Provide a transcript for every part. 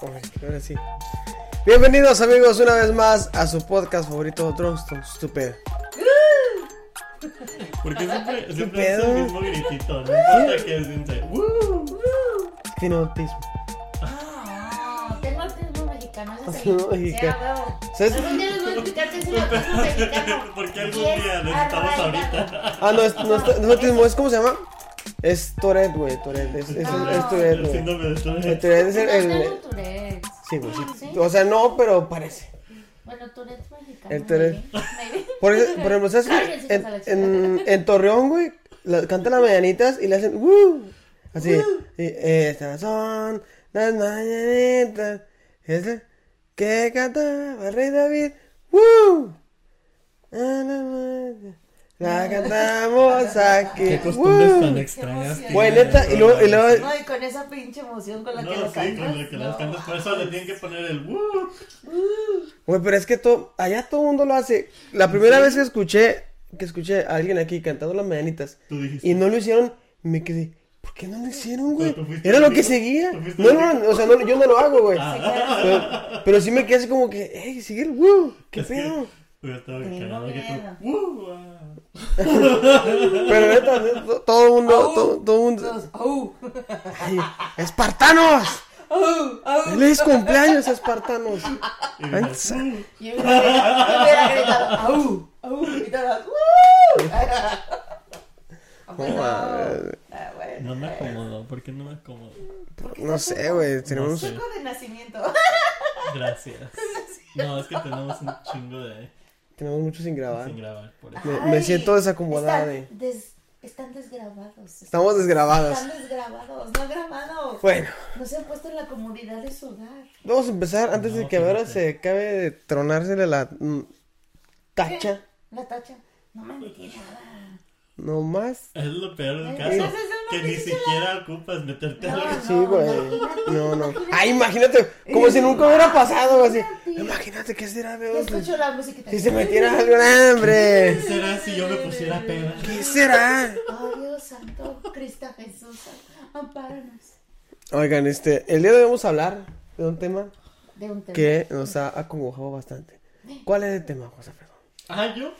Ahora sí. Bienvenidos amigos una vez más a su podcast favorito, Drumstone Stupid. Porque siempre, siempre es pedo? el mismo gritito, no importa que es dice, "Woo". Tiene autismo. Ah, Tengo autismo mexicano, eso sí. Autismo mexicano. Sea, huevo. ¿Sabes? Algún día les voy a explicar qué es el autismo mexicano. ¿Por qué algún Y es día? Necesitamos arraigado. ahorita. Ah, no, es, no, es, no es autismo, es cómo se llama. Es Tourette, güey. Tourette. Es, es, es, Ah. es Tourette, El güey. síndrome de El Tourette. Tourette es el. No el- tengo Tourette's. sí, güey. sí. Ah, ¿Sí? O sea, no, pero parece. Bueno, Tourette's mexicano. El Tourette. maybe. Por, ej- por ejemplo, ¿sabes Ay, qué? sí, En, a la chica. en, en Torreón, güey, la- cantan las mañanitas y le hacen ¡Woo! Así. Y estas son las mañanitas. Es el que cantaba el rey David. ¡Woo! A la mañana. La cantamos aquí. Qué costumbres ¡Woo! tan extrañas. Qué Güey, tienen neta, y luego, y luego, No, y con esa pinche emoción con la No, que lo sí, con cantas. lo que las cantas, por eso le tienen que poner el "Woo". güey, pero es que todo, allá todo el mundo lo hace. La primera vez que escuché, que escuché a alguien aquí cantando las mañanitas, Tú dijiste. Y no lo hicieron, me quedé, ¿por qué no lo hicieron, güey? Pero tú fuiste Era el lo que único, seguía. tú fuiste No, el Ah. no, no, o sea, no, yo no lo hago, güey. Pero, pero sí me quedé así como que, hey, sigue el wow, qué Es que pedo. hubiera estado Tengo cagado que miedo. tú, "Woo", ah. Pero neta, neta, to- todo el mundo, Au. todo, todo el mundo. Todos, ¡au! ay, ¡Espartanos! ¡au! ¡au! ¡Feliz cumpleaños, espartanos! Y dices, Ay, "Woo". Y hubiera- y hubiera gritado, ¡au! ¡au! Y todos, ¡woo! Ah, pues No, eh, no. madre. Ah, bueno. No me acomodo, ¿por qué no me acomodo? No sé, güey, No tenemos. sé, Hijo de nacimiento. gracias. No, es que tenemos un chingo de Tenemos mucho sin grabar. sin grabar por eso. Me, me Ay, siento desacomodada, güey. Están, des- están desgrabados. Estamos desgrabados. Están desgrabados. No grabado. Bueno, No se han puesto en la comodidad de su hogar. vamos a empezar antes de No, que ahora fíjate. se acabe de tronársele la mm, tacha. La tacha. No me metí nada. Nomás. Es lo peor del Ay, caso. esa es una que ni película. siquiera ocupas meterte a la Sí, güey. imagínate, No, no. Ay, imagínate. Como si nunca hubiera pasado, güey. así. Imagínate. Imagínate qué será, Yo güey. escucho la musiquita. Si se metiera algo en ¿Qué hambre. será si yo me pusiera peda? ¿Qué será? Oh, Dios santo, Cristo Jesús, ampáranos. Oigan, este, el día de hoy vamos a hablar de un tema De un tema. que nos ha acongojado bastante. ¿Cuál es el tema, José Alfredo? Ah, yo.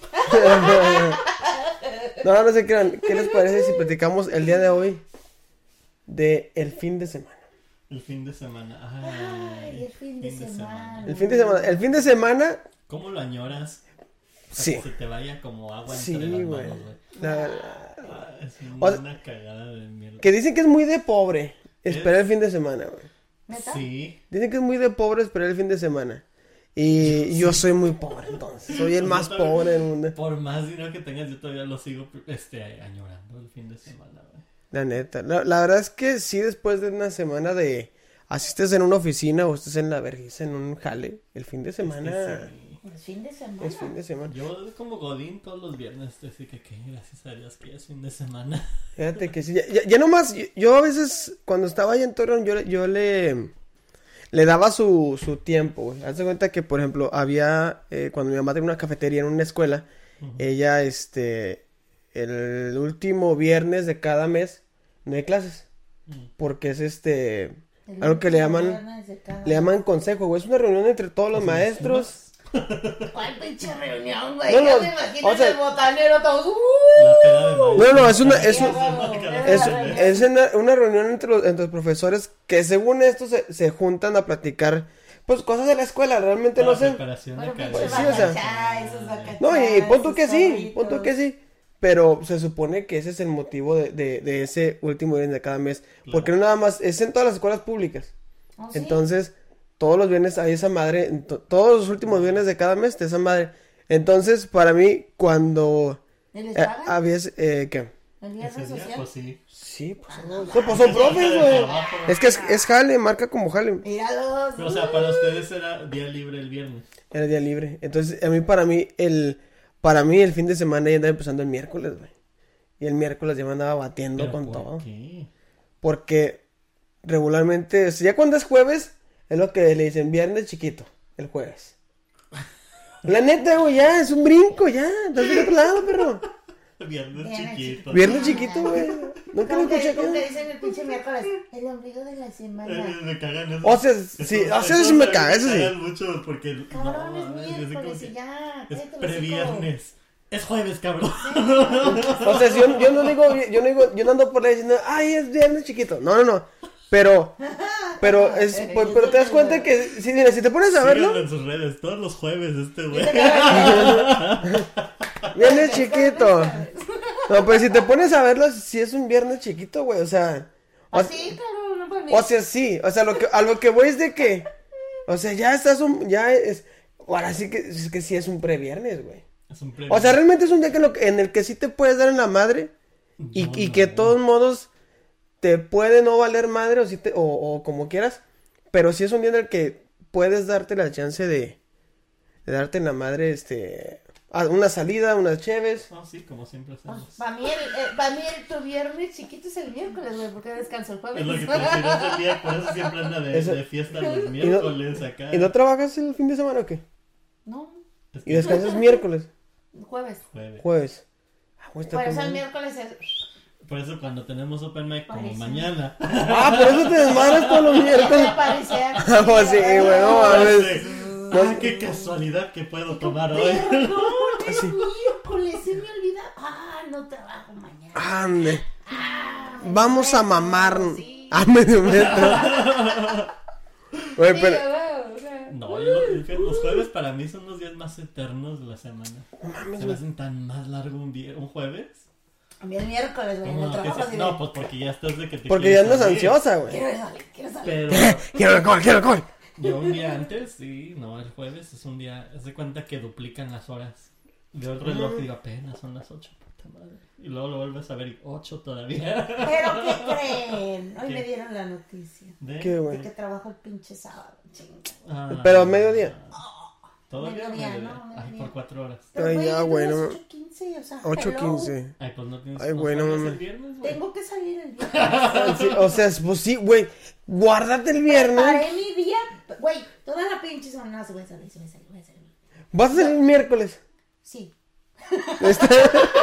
No, no se crean. ¿Qué les parece si platicamos el día de hoy de el fin de semana? El fin de semana. Ay, Ay, el fin de semana. El fin de semana, el fin de semana, ¿Cómo lo añoras? O sea, sí. Que se te vaya como agua entre Sí, las güey. manos, güey. La- la- Ah, Es O sea- una cagada de mierda. que dicen que es muy de pobre esperar el fin de semana, güey. ¿Neta? Sí. Dicen que es muy de pobre esperar el fin de semana. Y yo soy muy pobre, entonces. Soy el más Yo también. pobre del mundo. Por más dinero que tengas, yo todavía lo sigo este, añorando el fin de semana, güey. La neta. La, la verdad es que sí, después de una semana de. Asistes en una oficina o estés en la vergüenza, en un jale. El fin de semana. Sí. El fin de semana. Es fin de semana. Yo como Godín todos los viernes, así que que gracias a Dios que ya es fin de semana. Fíjate que sí. Ya, ya- ya nomás. Yo, yo a veces, cuando estaba allá en Torreón, yo, le- yo le. Le daba su, su tiempo, güey. Hazte cuenta que, por ejemplo, había. eh, cuando mi mamá tenía una cafetería en una escuela, ella, este. El último viernes de cada mes, no hay clases. Mm. Porque es este. El Algo que le último llaman. viernes de cada- Le llaman consejo, güey. Es una reunión entre todos los maestros. ¿Cuál pinche reunión, güey? No, No, no, me imagino o sea- el botanero todos. ¡uh! La peda de maíz. No, no, es una- es un- Cada Es, viernes. es una, una reunión entre los, entre los profesores que, según esto, se, se juntan a platicar, pues, cosas de la escuela. Realmente no Para sé. preparación de Bueno, cada pinche Pues sí, o sea. bacachá, esos Ah, bacachá. No, y Ah, pon tú esos que sí, zorritos. pon tú que sí. Pero se supone que ese es el motivo de, de- de ese último viernes de cada mes. Porque no nada más, es en todas las escuelas públicas. ¿Oh, sí? Entonces, todos los viernes hay esa madre, en to- todos los últimos viernes de cada mes está esa madre. Entonces, para mí, cuando ¿Y les eh, pagan? había... ese- Eh, ¿Qué? ¿El viernes Ese día, social? pues sí. Sí, pues son, son- pues, son profes, güey. Trabajo. Es que es, es jale, marca como jale. Míralos. O sea, para ustedes era día libre el viernes. Era día libre. Entonces, a mí, para mí, el, para mí, el fin de semana ya andaba empezando el miércoles, güey. Y el miércoles ya me andaba batiendo Pero con ¿por todo. qué? Porque regularmente, o sea, ya cuando es jueves, es lo que le dicen viernes chiquito, el jueves. La neta, güey, ya, es un brinco, ya. Estás del otro lado, perro. Viernes Viernes chiquito. Viernes chiquito, güey. Nunca lo Como escuché que, como acá. que dicen el pinche miércoles. El ombligo de la semana. Eh, Me cagan esos- O sea, sí, esos- o sea, esos sí me caga, eso sí. cagan mucho porque. no, Cabrón, es mames, yo sé como miércoles que y ya. Es cállate el hocico. previernes. Es jueves, cabrón. O sea, si yo, yo no digo, yo no digo, yo no ando por ahí diciendo, ay, es viernes chiquito. No, no, no. Pero, pero es, pues, pero te das cuenta que, si, mira, si te pones a Síganlo verlo, en sus redes. Todos los jueves, este güey. viernes chiquito. No, pero si te pones a verlo, si es un viernes chiquito, güey, o sea. O, Así, Ah, claro, no para mí. o sea, sí, o sea, lo que, a lo que voy es de que, o sea, ya estás un, ya es, ahora sí que, es que sí es un previernes, güey. Es un premio. O sea, realmente es un día que lo que- en el que sí te puedes dar en la madre y, No, y no. que de todos modos te puede no valer madre o, si te- o, o como quieras, pero sí es un día en el que puedes darte la chance de, de darte en la madre, este, a- una salida, unas cheves. No, sí, como siempre Ah, hacemos. Para mí, el, eh, pa' mí el tu viernes chiquito es el miércoles, güey, porque descanso el jueves. Es lo que te decía, no es el día, por eso siempre anda de, Eso- de fiesta los miércoles acá. ¿Y no trabajas el fin de semana o qué? No, Es que Y descansas miércoles, jueves. jueves. jueves. Ah, güey, está Por con eso el madre. miércoles es. Por eso cuando tenemos open mic como Parece. mañana. Ah, por eso te desmadras todos los miércoles. Parecía. Oh, sí, güey, no mames. Este, Pues ah, qué casualidad que puedo tomar hoy. es pues Sí. miércoles, se me olvida. Ah, no trabajo mañana. Ande. Vamos a mamar. Sí. A medio metro. Güey, Sí, Eh, pero. güey, o sea, No, yo lo- fíjate, los jueves para mí son los días más eternos de la semana. No mames, Se me güey. hacen tan más largo un, vier- un jueves. A mí el miércoles, güey, en Como el que trabajo dices, diré, no, pues porque ya estás de que te Porque ya quieres andas salir. ansiosa, güey. Quiero salir, quiero salir. Pero Quiero alcohol, quiero alcohol. yo un día antes, sí, no, el jueves es un día, haz de cuenta que duplican las horas. Yo el reloj y digo, apenas son las 8, puta madre. Y luego lo vuelves a ver y 8 todavía. Pero ¿qué creen? Hoy ¿Qué? me dieron la noticia De- Qué de que güey. trabajo el pinche sábado, chinga. Ah. Pero a mediodía. Todavía Mediodía, mediodía. ¿no? Ay, Mediodía. por 4 horas. Ay, ya, güey, no. 8.15, o sea, hello. 8.15. Ay, pues no tienes Ay, no güey, no sales el mames. viernes, güey. Tengo que salir el viernes. Sí, o sea, es- pues sí, güey. Guárdate el viernes. Paré mi día, güey, toda la pinche semana se voy a salir, se voy a salir, voy a salir. Vas a salir el miércoles. Sí. Este-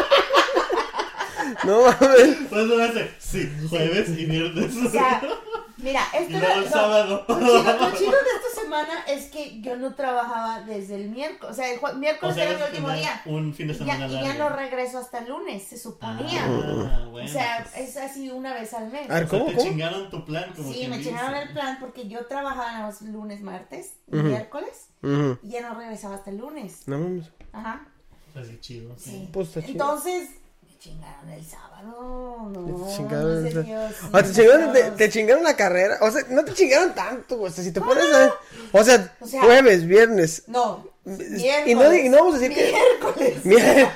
No mames. Pues lo hace, sí, jueves y viernes. O sea, mira, esto Y luego el no- sábado. Lo chido, lo chido de esta semana es que yo no trabajaba desde el miércoles. O sea, el jue- miércoles era mi es último una- día. Un fin de Y semana ya, y ya largo. no regreso hasta el lunes, se suponía. Ah, bueno. o sea, pues, es así una vez al mes. A ver, o sea, ¿cómo? te ¿Cómo? chingaron tu plan, como Sí, quien me dice. echaron el plan porque yo trabajaba los lunes, martes, y Ujú. miércoles, Ujú. y ya no regresaba hasta el lunes. No mames. Ajá. Así chido. Sí. Pues está chido. Entonces, me chingaron el sábado. No, Te chingaron, no sé, o sea, Dios, o te, chingaron, te, Dios. te chingaron la carrera. O sea, no te chingaron tanto, güey. O sea, si te pones a. O sea, O sea- jueves, viernes. No, miércoles. Y no, y no vamos a decir que. miércoles, Mier-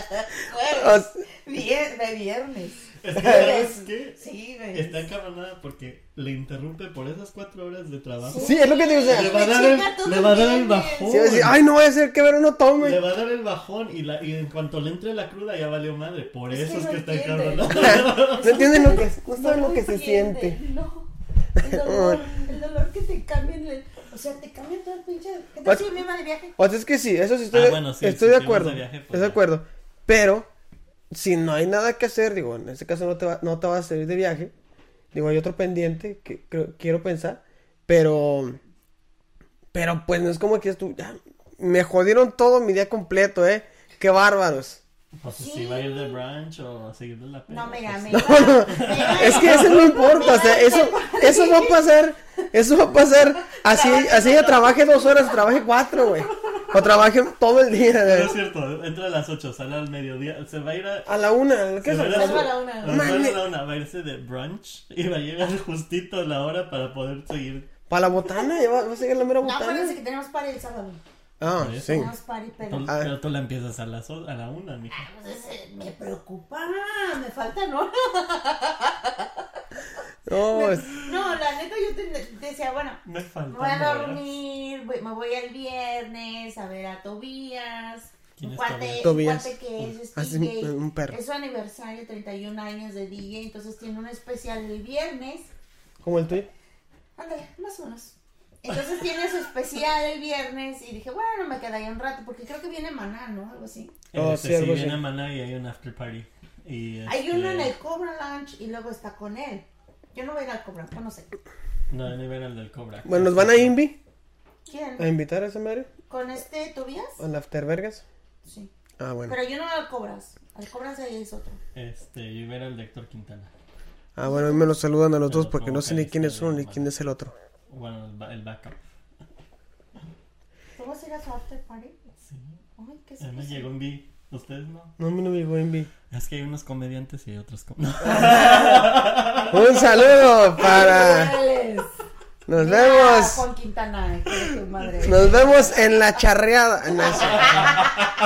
jueves, o- vier- de viernes. Es que, ¿sabes qué? Sí, güey. Está encabronada porque le interrumpe por esas cuatro horas de trabajo. sí, es lo que te digo. o sea, Le va a dar Chinga todo el, le va a dar el el viernes. bajón. sí, va a decir, ay, no voy a hacer que ver uno Le tome. va a dar el bajón y, la, y en cuanto le entre la cruda ya valió madre. Por Es eso que es no que está entiende. encabronada. No entienden lo que, no saben lo que se entiende, siente. No. El dolor, el dolor que te cambian, el- o sea, te cambian todo el pinche. ¿Qué What? tal si yo me iba de viaje? O sea, es que sí, eso sí estoy, Ah, de- bueno, sí, estoy si de te vas acuerdo. de viaje, pues estoy de ya. acuerdo. Pero, si no hay nada que hacer, digo, en este caso no te, va, no te vas a salir de viaje. Digo, hay otro pendiente que creo- quiero pensar. Pero, pero pues no es como que es tú. ya, me jodieron todo mi día completo, ¿eh? Qué bárbaros. No sé si Sí. va a ir de brunch o a seguir de la pena. No, me pues, me no. iba- me iba Es que eso no importa, o sea, eso, eso va a pasar, eso va a pasar, así, así ella trabaje dos horas, trabaje cuatro, güey, o trabaje todo el día, Pero güey. es cierto, entra a las 8, sale al mediodía, se va a ir a... a la una, ¿qué se es va a ir Salgo su- a la una. se va a ir Mane. a la una, va a irse de brunch y va a llegar justito a la hora para poder seguir. Para la botana, ya va, va a seguir la mera No, botana. acuérdense que tenemos party el sábado. Ah, Por eso. sí. Tenemos party, pero. Tú- Ah. Pero tú la empiezas a las o- a la 1, mija. pues, ese, me preocupa, me faltan horas. No, es- No, la neta yo te- decía, bueno, Me me falta. voy a dormir, voy- me voy el viernes a ver a Tobías. ¿Quién un es cuate, Tobías? un cuate que es, Ah, es sí, DJ. un perro. Es su aniversario, 31 años de DJ, entonces tiene un especial el viernes. como el tuyo. Ándale, más o menos. Entonces tiene su especial el viernes y dije, bueno, me quedaría un rato porque creo que viene Maná, ¿no? Algo así. Oh, sí, este, sí, algo así. viene Maná y hay un after party. Y, Hay este, uno en el Cobra Lunch y luego está con él. Yo no voy a ir al Cobra, yo no sé. No, debe ver el del Cobra. Bueno, ¿nos van a Invi a ¿Quién? invitar a ese madre? ¿Con este Tobías? ¿Al After Vergas? Sí. Ah, bueno. Pero yo no voy al Cobras. Al Cobras ahí es otro. Este, yo ver al de Héctor Quintana. Ah, bueno, a mí me los saludan a los Pero dos porque como no sé que ni está quién es bien, uno ni ¿no? quién es el otro. Bueno, el, ba- el backup. ¿Tú vas a ir a su after party? Sí. Ay, qué A mí Eh, me llegó un B. ¿Ustedes no? No, a mí no me llegó Invi. Es que hay unos comediantes y otros com- No. Un saludo para... Órales. Nos Mira, vemos. Juan Quintana, hijo de tu madre. Nos vemos en la charreada. No es cierto.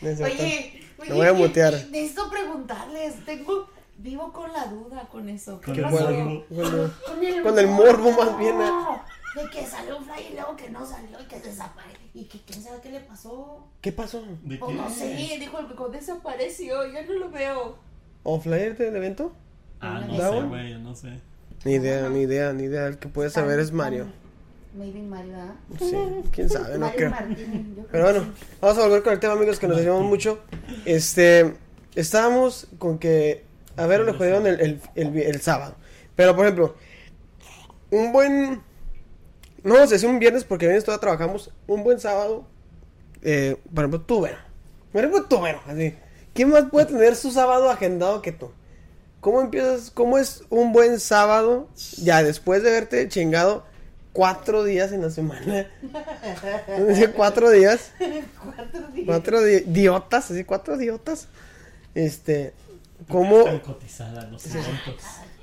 No es cierto. Oye, oye, Lo voy a que- mutear. Necesito preguntarles. Tengo. Vivo con la duda con eso. ¿Qué Con el pasó? Bueno, bueno. Con el, Con el morbo, más bien, ¿eh? No, De que salió un fly y luego que no salió y que desapareció. Y que quién sabe qué le pasó. ¿Qué pasó? ¿De Pues no sé, dijo el Bicón desapareció, ya no lo veo. ¿Offlyer del evento? Ah, no ¿Da sé, un? güey, no sé. Ni idea, ni idea, ni idea. El que puede saber es Mario. Maybe Mario, ¿ah? Sí, quién sabe, no Mario creo. Martín, yo creo Pero que bueno, vamos a volver con el tema, amigos, que nos decimos mucho. Este, estábamos con que a ver lo jodieron el, el, el vi- el sábado. Pero, por ejemplo, un buen. No vamos a decir un viernes porque viernes todavía trabajamos. Un buen sábado, eh, por ejemplo, tú, bueno. Por ejemplo, tú, bueno, así. ¿Quién más puede tener su sábado agendado que tú? ¿Cómo empiezas? ¿Cómo es un buen sábado? Ya después de verte chingado cuatro días en la semana. Así, cuatro días. Cuatro días. Cuatro di- idiotas, así, cuatro idiotas. Este, ¿cómo? Están cotizadas los eventos.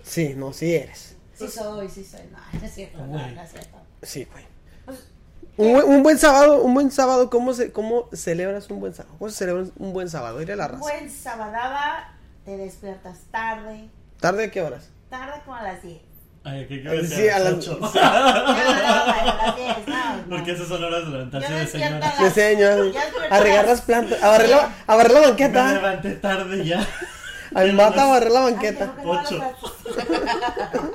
Sí, no, sí eres. Sí soy, sí soy. No, no es cierto, no, no es cierto. Sí, güey. Un buen, un buen sábado, un buen sábado, ¿cómo, se, ¿cómo celebras un buen sábado? ¿Cómo se celebra un buen sábado? Ir a la raza. Buen sabadaba, te despiertas tarde, ¿Tarde a qué horas? tarde como a las 10. Ay, ¿qué quiero decir? Sí, a a las las- 8. No, no, no, a las 10, no. no. Porque esas son horas de levantarse Yo de despierto señora. a De señor, Ya despertó. a regar las plantas, a barrer la, a barrer la Me banqueta, levanté tarde ya. al mata a barrer la Ay, tengo banqueta. que lavar Ocho. las trastes. Tengo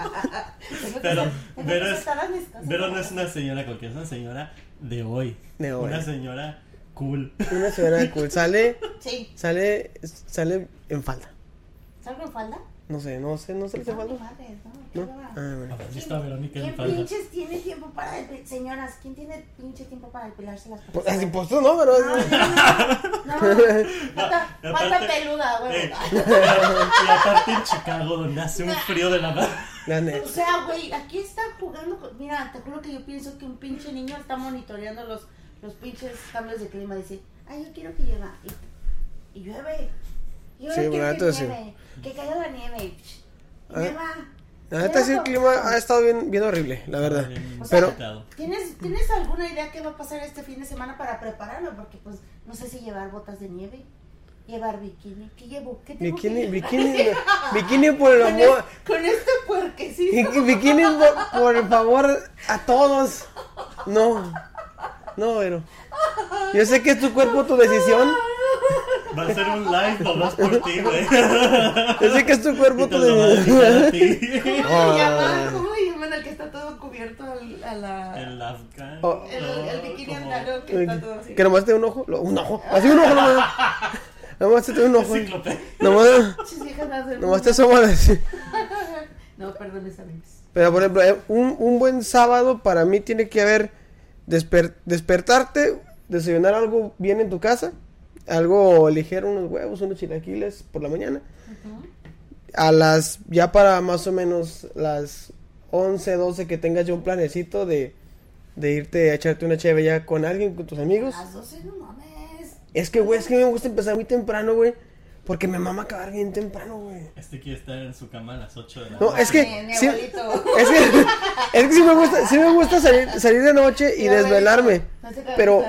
que Pero- hacer- tengo pero que es- soltar a mis cosas. Pero no es una señora cualquiera, es una señora de hoy. De hoy. Una señora cool. Una señora cool, sale, Sí, sale, sale en falda. ¿salgo en falda? No sé, no sé, no se le hace No, falda. madres, no, qué ¿No? va. Ah, bueno. Aquí está Verónica en ¿Quién falda. pinches tiene tiempo para depi- señoras? ¿Quién tiene pinche tiempo para depilarse las Pues, patas? así, pues tú no, pero... No, no, no, no. Pata, No, pata aparte- peluda, Eh, güey. y aparte en Chicago, donde hace un frío de la madre. La O neta. sea, güey, aquí están jugando con... Mira, te juro que yo pienso que un pinche niño está monitoreando los, los pinches cambios de clima. Dice, ay, yo quiero que llueva. Y, y llueve. Yo Sí, quiero la que neta sí. nieve. Que caiga la nieve. y, psh, Ah. Llueva. La neta sí el Llueva. clima ha estado bien, bien horrible, la verdad. Bien O sea, Pero agitado. ¿Tienes, ¿Tienes alguna idea qué va a pasar este fin de semana para prepararme? Porque pues no sé si llevar botas de nieve, llevar bikini. ¿Qué llevo? ¿Qué tengo que bikini, llevar? bikini, bikini por el Con, es- amor. con este puerquecito. Bikini por, por favor a todos. No. No, pero. Yo sé que es tu cuerpo, tu decisión. Va a ser un live nomás por ti, güey. Yo sé que es tu Y cuerpo, te tu lo van a decisión. quitar a ti. ¿Cómo Ah. le llaman? ¿Cómo le llaman al que está todo cubierto al, a la... El, El afgano. Oh. el bikini como- andaluz que está todo así. Que nomás te dé un ojo. lo- un ojo. Así un ojo nomás. Nomás te dé un ojo. Enciclopedia. Nomás, Pinches viejas más del nomás te mundo. asomas así. No, perdón, esa vez. Pero por ejemplo, eh, un, un buen sábado para mí tiene que haber desper- despertarte, desayunar algo bien en tu casa, algo ligero, unos huevos, unos chilaquiles por la mañana. A las, ya para más o menos las 11, 12 que tengas ya un planecito de, de irte a echarte una cheve ya con alguien, con tus amigos. A las 12 no mames. Es que, güey, es que me gusta empezar muy temprano, güey. Porque me mama acabar bien temprano, güey. Este quiere estar en su cama a las 8 de la No, noche. es que... Mi- mi sí- abuelito. es que, es que sí me gusta, sí me gusta salir, salir de noche y Mi abuelito. desvelarme. No te preocupes. Pero,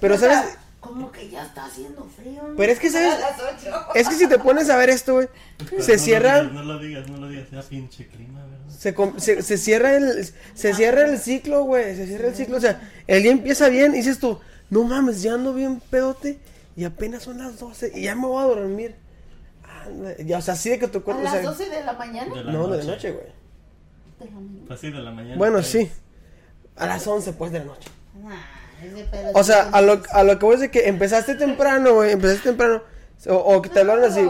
pero O sea, sabes, Como que ya está haciendo frío. ¿no? Pero es que, ¿sabes? A las 8. es que si te pones a ver esto, güey, se Pero no lo digas, cierra, No lo digas, no lo digas. Ya pinche clima, ¿verdad? se, com- se, se cierra el, se cierra el ciclo, güey, se cierra el ciclo. O sea, el día empieza bien y dices tú, no mames, ya ando bien pedote y apenas son las 12 y ya me voy a dormir. Anda, Ya, o sea, así de que tu A cuerpo, o sea, las 12 de la mañana. De la no, de noche. noche, güey. De la mañana. Pues sí, de la mañana. Bueno, pues. sí. A las 11, pues, de la noche. Nah, ese Ah, pedo O sea, sí. a lo, a lo que voy es de que empezaste temprano, güey. Empezaste temprano. O, o que te hablaron así.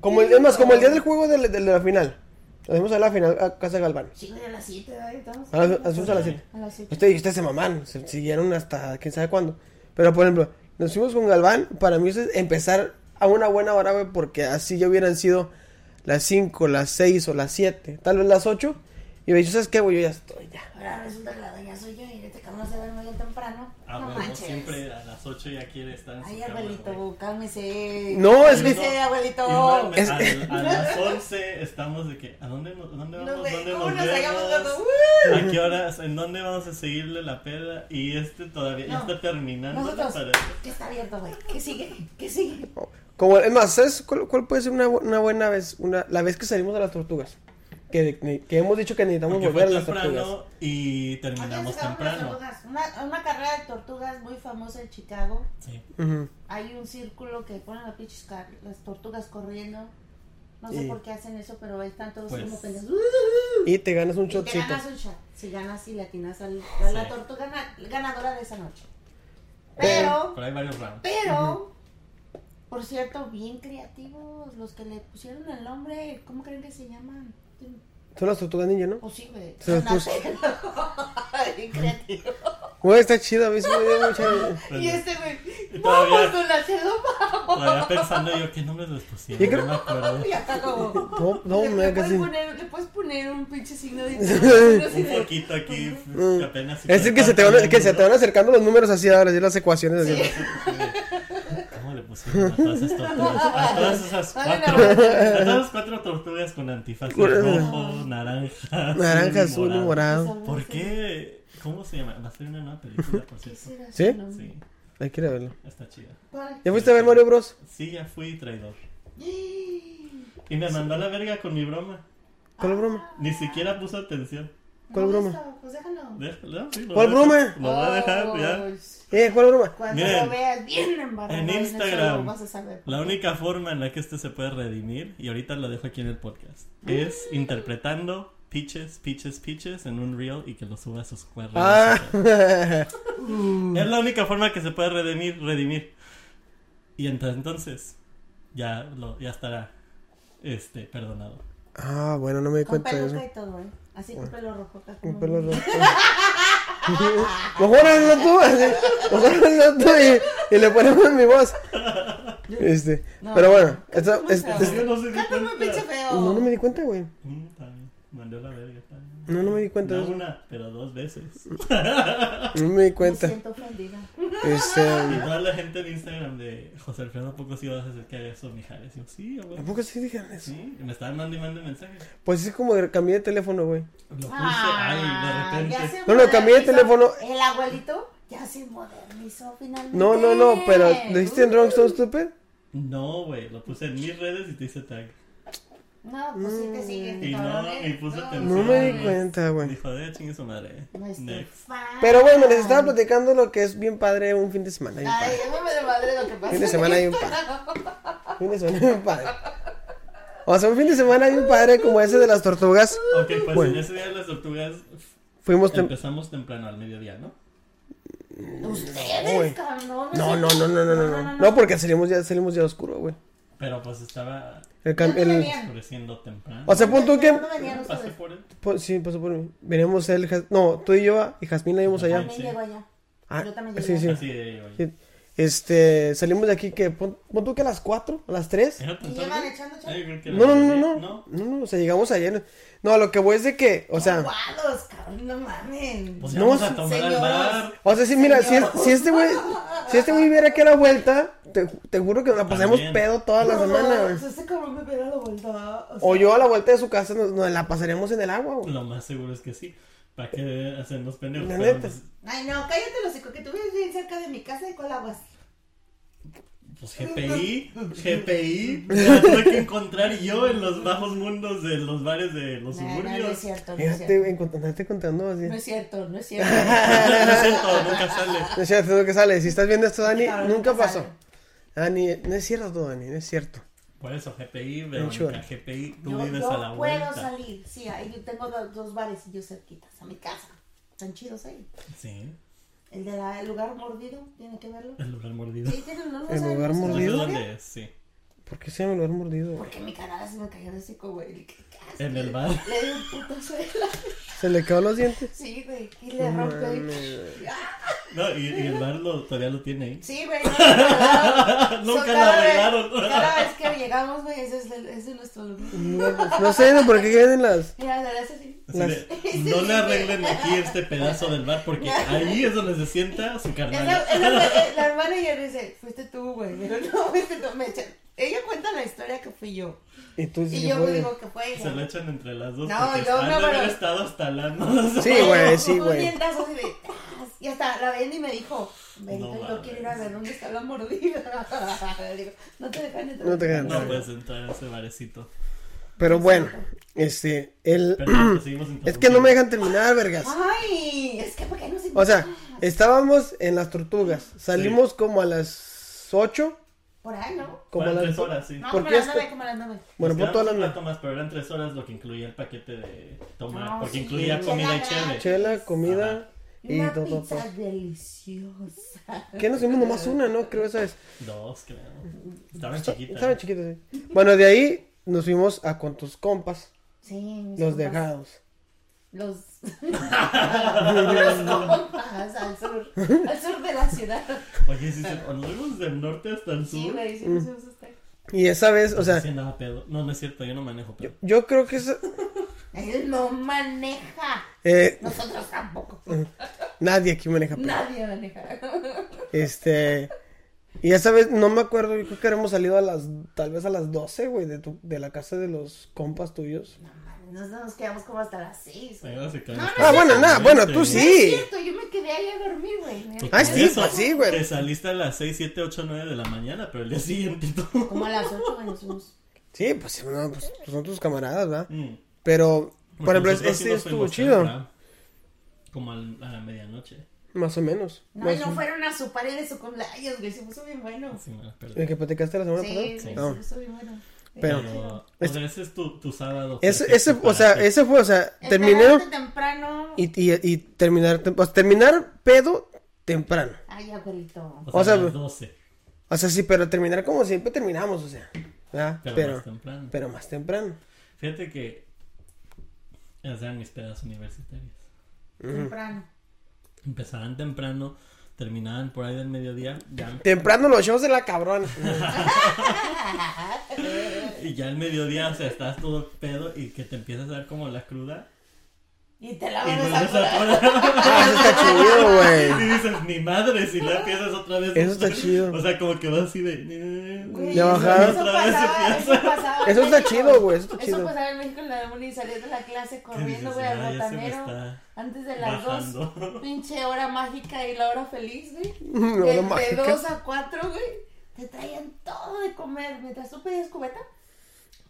Como el, es más, como el día del juego de, la- de la final. Nos vimos a la final a Casa Galván. Sí, güey, a las 7, ¿verdad? Estamos A las a las 11 a las 7. a las 7. Ustedes, ustedes se mamaron, se siguieron hasta quién sabe cuándo. Pero por ejemplo, nos fuimos con Galván. Para mí eso es empezar a una buena hora, güey, porque así ya hubieran sido las 5, las 6 o las 7, tal vez las 8. Y me dicho, ¿sabes qué, güey? Yo ya estoy, ya. Ahora resulta que la doña soy yo y este te acabamos de verme bien temprano. Ah, no bueno, manches. siempre a las 8 ya quiere estar en su Ay, cama, güey. abuelito, cálmese. No, es que- Cálmese, abuelito. Y no, Es- a, a las 11 estamos de que, ¿a dónde, nos- dónde vamos? No, güey, ¿Dónde ¿cómo nos nos hagamos gordo? vemos? ¿A qué horas? ¿En dónde vamos a seguirle la peda? Y este todavía ya No. está terminando. Nosotros, para- ¿qué está abierto, güey? ¿Qué sigue? ¿Qué sigue? Como, es más, ¿sabes cuál, cuál puede ser una, bu- una buena vez? Una, la vez que salimos de las tortugas. Que, de- ne- que hemos dicho que necesitamos Porque fue volver a las tortugas. temprano y terminamos Oye, se acabaron las temprano. tortugas. Una, una carrera de tortugas muy famosa en Chicago. Sí. Ujú. Hay un círculo que ponen las pinches car- las tortugas corriendo. No sé Sí. por qué hacen eso, pero ahí están todos Pues- como pendejos. Y te ganas un Y te shotcito. ganas un shot. Si ganas y le atinas al- a la Sí. tortuga gana- ganadora de esa noche. Pero- Pero, Pero hay varios rounds. pero, por cierto, bien creativos los que le pusieron el nombre. ¿Cómo creen que se llaman? Son las tortugas ninja, ¿no? Pues sí, güey. Se los puso. Bien creativo. Güey, está chido, a mí sí me dio mucha... Pero Y este, güey. Y todavía- Vamos, don Alfredo, todavía pensando yo qué nombres les pusieron. Yo creo- No me acuerdo. Ya está como. No, no, le, me le da puedes casi... poner, le puedes poner un pinche signo de Un interrogación, así de- poquito aquí Mm. apenas. si Es el que se te van, que se te van acercando los números así ahora, así las ecuaciones. así. ¿Cómo le pusieron a todas esas tortugas? A todas esas Dale una cuatro. A vuelta. todas las cuatro tortugas con antifaces Cura- rojo, naranja, Naranja, azul y morado. Esa ¿Por bolsa. qué? ¿Cómo se llama? Va a ser una nueva película, por ¿Qué cierto. será su ¿Sí? nombre? Sí, Hay que ir a verlo. está chida. ¿Cuál? ¿Ya fuiste a ver Mario Bros? Sí, ya fui traidor. ¿Cuál Y me mandó a la verga con mi broma. ¿Cuál broma? Ni siquiera puso atención. ¿Cuál broma? Pues déjalo. Déjalo, sí, lo ¿Cuál voy a broma? dejar- Lo voy a dejar, ya. Ay, Eh, ¿cuál broma? Cuando Miren, lo veas bien embarrado en eso Instagram. lo vas a saber. La única forma en la que este se puede redimir, y ahorita lo dejo aquí en el podcast, Mm. es interpretando pitches, pitches, pitches en un reel y que lo suba a sus cuernos. Ah, Es la única forma que se puede redimir, redimir. Y ent- entonces, ya, lo, ya estará este, perdonado. ah, bueno, no me di Con cuenta de peluca eso. y todo, ¿eh? Así con pelo rojo. acá como- Un pelo rojo. Mejor hazlo tú, así. Mejor hazlo tú y, y le ponemos mi voz. Este, No. pero bueno, esto, es- No. es- Yo no sé qué Canta muy pinche feo. no, no me di cuenta, güey. Mm, también. Mandé a la verga. también. No, no me di cuenta de No eso. una, pero dos veces. No me di Me cuenta. siento ofendida. Este, Y um, toda la gente en Instagram de José Alfredo, ¿a poco sí vas a hacer que haga eso, Mijares? Y yo, sí, a huevo. tampoco sí dijeron eso. Sí, y me estaban mandando y mandando mensajes. Pues es como que cambié de teléfono, güey. Lo puse, Ah, ay, de ya repente. se No, no, cambié de modernizó. teléfono. El abuelito ya se modernizó finalmente. No, no, no, pero ¿lo hiciste en Uh, Wrong So Stupid? No, güey, lo puse en mis redes y te hice tag. No, pues sí te Mm. siguen. Y no, cabrón, ¿eh? y puso No, atención. No me di cuenta, güey. Dijo, de chingue su madre. eh". no estoy Next. fan. Pero bueno, les estaba platicando lo que es bien padre un fin de semana. bien Ay, padre. a mí me de madre lo que pasa. Fin de semana hay un padre. Fin de semana hay un padre. O sea, un fin de semana hay un padre como ese de las tortugas. Ok, pues Bueno. en ese día de las tortugas Fuimos. tem- empezamos temprano, al mediodía, ¿no? Uy. Ustedes, cabrón. No, no, no, no, no, no, no. No, porque salimos ya, salimos ya oscuro, güey. Pero pues estaba El cam- el- oscureciendo temprano. O sea, punto que. ¿Cuándo venían Pasé ustedes? por él. po- sí, pasó por mí. Veníamos él, Jas- no, tú y yo ah, y Jazmín la vimos allá. Ajá. También llegó allá. Ah, Yo también sí, llegué. sí. Así de hoy. Sí. Este, salimos de aquí que pon, pon tú que a las 4, a las 3. ¿Era tan ¿Y llevan tarde? echando chal- Ay, creo que No, no, era no, no, mediodía. no. No, no, o sea, llegamos ayer. No, a lo que voy es de que, o sea, Guados, cabrón, no mamen. Pues No, vamos sí, a tomar al señoras. bar. o sea, si mira, si, es- si este güey, si este güey viera que la vuelta, te, te juro que nos la pasamos También. pedo toda la No, semana, pues güey. Este cabrón me pega la vuelta. o sea, O yo a la vuelta de su casa nos, nos la pasaríamos en el agua, güey. Lo más seguro es que sí. ¿Para qué hacernos pendejos? La Pero, neta. Pues, Ay, no, cállate los hocico, que tú vives bien cerca de mi casa y cuál aguas. pues GPI, GPI, la tuve que encontrar yo en los bajos mundos de los bares de los No, no, no es suburbios. cierto, no es Fíjate, cierto. güey, encont- andarte contando así. No No es cierto, no es cierto. No es cierto, nunca sale. es cierto lo que sale. Si estás viendo esto, Dani, Claro, nunca nunca pasó. sale. Dani, no es cierto todo, Dani, no es cierto. Por eso, GPI, Ventura. Verónica, GPI, tú yo vives yo a la puedo vuelta. salir, sí, ahí yo tengo dos, dos bares y yo cerquitas a mi casa. Están chidos ahí. Sí. El del lugar mordido, tiene que verlo. El lugar mordido. Sí, tiene no lo El saben, lugar no sé ¿Sabes mordido. la historia. dónde es? Sí. ¿Por qué se me lo han mordido? güey? Porque mi canal se me cayó de hocico, güey. ¿Qué, qué haces? En el bar. Le di un putazo de la... ¿Se le quedó los dientes? Sí, güey. Y le rompió ahí. Mames. No, y, y el bar lo- todavía lo tiene ahí. Sí, güey. no lo arreglaron. Nunca lo So, cada vez- arreglaron. Cada vez que llegamos, güey, ese es, el- ese es nuestro lugar. No, no sé, no, ¿por qué queden las...? Mira, le das así. Así Las- de, no le arreglen aquí este pedazo del bar porque ahí es donde se sienta su Es carnal. la, es la- eh, la hermana ya le dice, fuiste tú, güey. Pero no, fuiste tú. Me echan- Ella cuenta la historia que fui yo. Y tú dices Y que yo fue- digo que fue ella. Se lo echan entre las dos. No, porque yo han no, de haber pero- estado hasta la noche. Sí, güey, sí, Un güey. dientazo así de, ¡tas! Y hasta la ven y me dijo, Benito, No yo mames. quiero ir a ver dónde está la mordida. Le digo, no te dejan entrar. No te dejan No pues. puedes entrar a ese barecito. Pero bueno, este, el... Perdón, te pues seguimos Es que no me dejan terminar, vergas. Ay, es que porque no se O sea, estábamos en las tortugas. Salimos como a las 8. Por ahí, ¿no? Como a Fueron las tres horas, sí. No, ¿Por como qué este las es nueve, que- como las nueve. Bueno, Nos por todas quedamos un las rato más, pero eran tres horas lo que incluía el paquete de tomar. No, porque Ah, sí, incluía chela comida y gratis. chévere. chela, comida y Una todo. pizza todo. deliciosa. ¿Qué nos comimos? Nomás una, ¿no? Creo esa es. Dos, creo. Mm, Estaban chiquitas. Estaban chiquitos, sí. Bueno, de ahí nos fuimos a con tus compas, Sí, mis los compas. dejados. Los. los compas al sur. Al sur de la ciudad. Oye, sí, sí, nos fuimos del norte hasta el Sí, sur. güey, sí, Mm. nos vemos hasta ahí. Y esa vez, o No sea, sé si andaba pedo. No, no es cierto, yo no manejo pedo. yo creo que esa. Él no maneja. eh, Nosotros tampoco. nadie aquí maneja. pedo. Nadie maneja. Este. Y esa vez, no me acuerdo, yo creo que habíamos salido a las. Tal vez a las 12, güey, de, tu- de la casa de los compas tuyos. No mames, nos, nos quedamos como hasta las seis. güey. Ahí vas a quedar No, hasta no, Ah, el bueno, sur. nada, bueno, tú No sí. es cierto, yo me quedé ahí a dormir, güey. Me- Porque Ah, sí, eso, pues sí, güey. Te saliste a las 6, 7, 8, 9 de la mañana, pero el día siguiente tú. Como a las ocho, güey, nos fuimos. Sí, pues, no, pues, son tus camaradas, ¿verdad? Mm. Pero, por Porque ejemplo, nosotros Pues sí ese nos estuvo fuimos chido. temprano, Como al- a la medianoche. Más o menos. No, y Más o- no fueron a su pared de su cumpleaños, güey. Se puso bien bueno. Sí, me las perdí. ¿El que platicaste la semana Sí, pasada? güey, No. se puso bien bueno. Ah. Pero- Pero, Es- o sea, ese es tu, tu sábado. Ese, perfecto ese, o Este para sea, ti. ese fue, o sea, terminé Terminó. temprano. y, y, y terminar, tem- o sea, terminar pedo temprano. Ay, abuelito. o O sea, sea, a las 12. O sea, sí, pero terminar como siempre terminamos, o sea, ¿verdad? Pero, Pero, más temprano. pero más temprano. Fíjate que. Esas eran mis pedas universitarias. Temprano. Empezaban temprano, terminaban por ahí del mediodía. Ya, Temprano los shows de la cabrona. y ya al mediodía, o sea, estás todo pedo y que te empiezas a dar como la cruda. Y te la Y vamos a vuelves poner. a poner. Ah, eso está chido, güey. Y dices, ni madre, si la empiezas otra vez. Eso está chido. O sea, como que vas así de. Güey, Ya bajaron. Eso Otra vez pasaba, empieza. eso pasaba. en Eso está México. chido, güey, eso está Eso chido. pasaba en México en la de y salías de la clase corriendo, dices, güey, al "Ah, ya se me botanero. está Antes de las bajando". dos, pinche hora mágica y la hora feliz, güey. No, de, no de mágica. dos a cuatro, güey. Te traían todo de comer. Mientras tú pedías cubeta,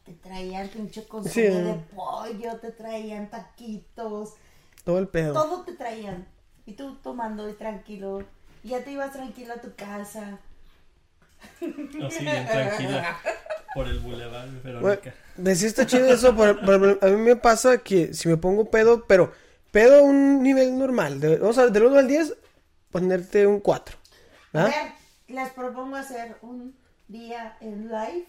te traían pinche consumo Sí. de pollo, te traían taquitos, Todo el pedo. todo te traían. Y tú tomando y tranquilo. Y ya te ibas tranquilo a tu casa. Así, bien tranquila. Por el bulevar de Bueno, Verónica. de sí está chido eso, por- por- a mí me pasa que si me pongo pedo, pero pedo a un nivel normal, de, vamos a ver, del 1 al 10, ponerte un ¿ah? 4. A ¿verdad? ver, les propongo hacer un día en live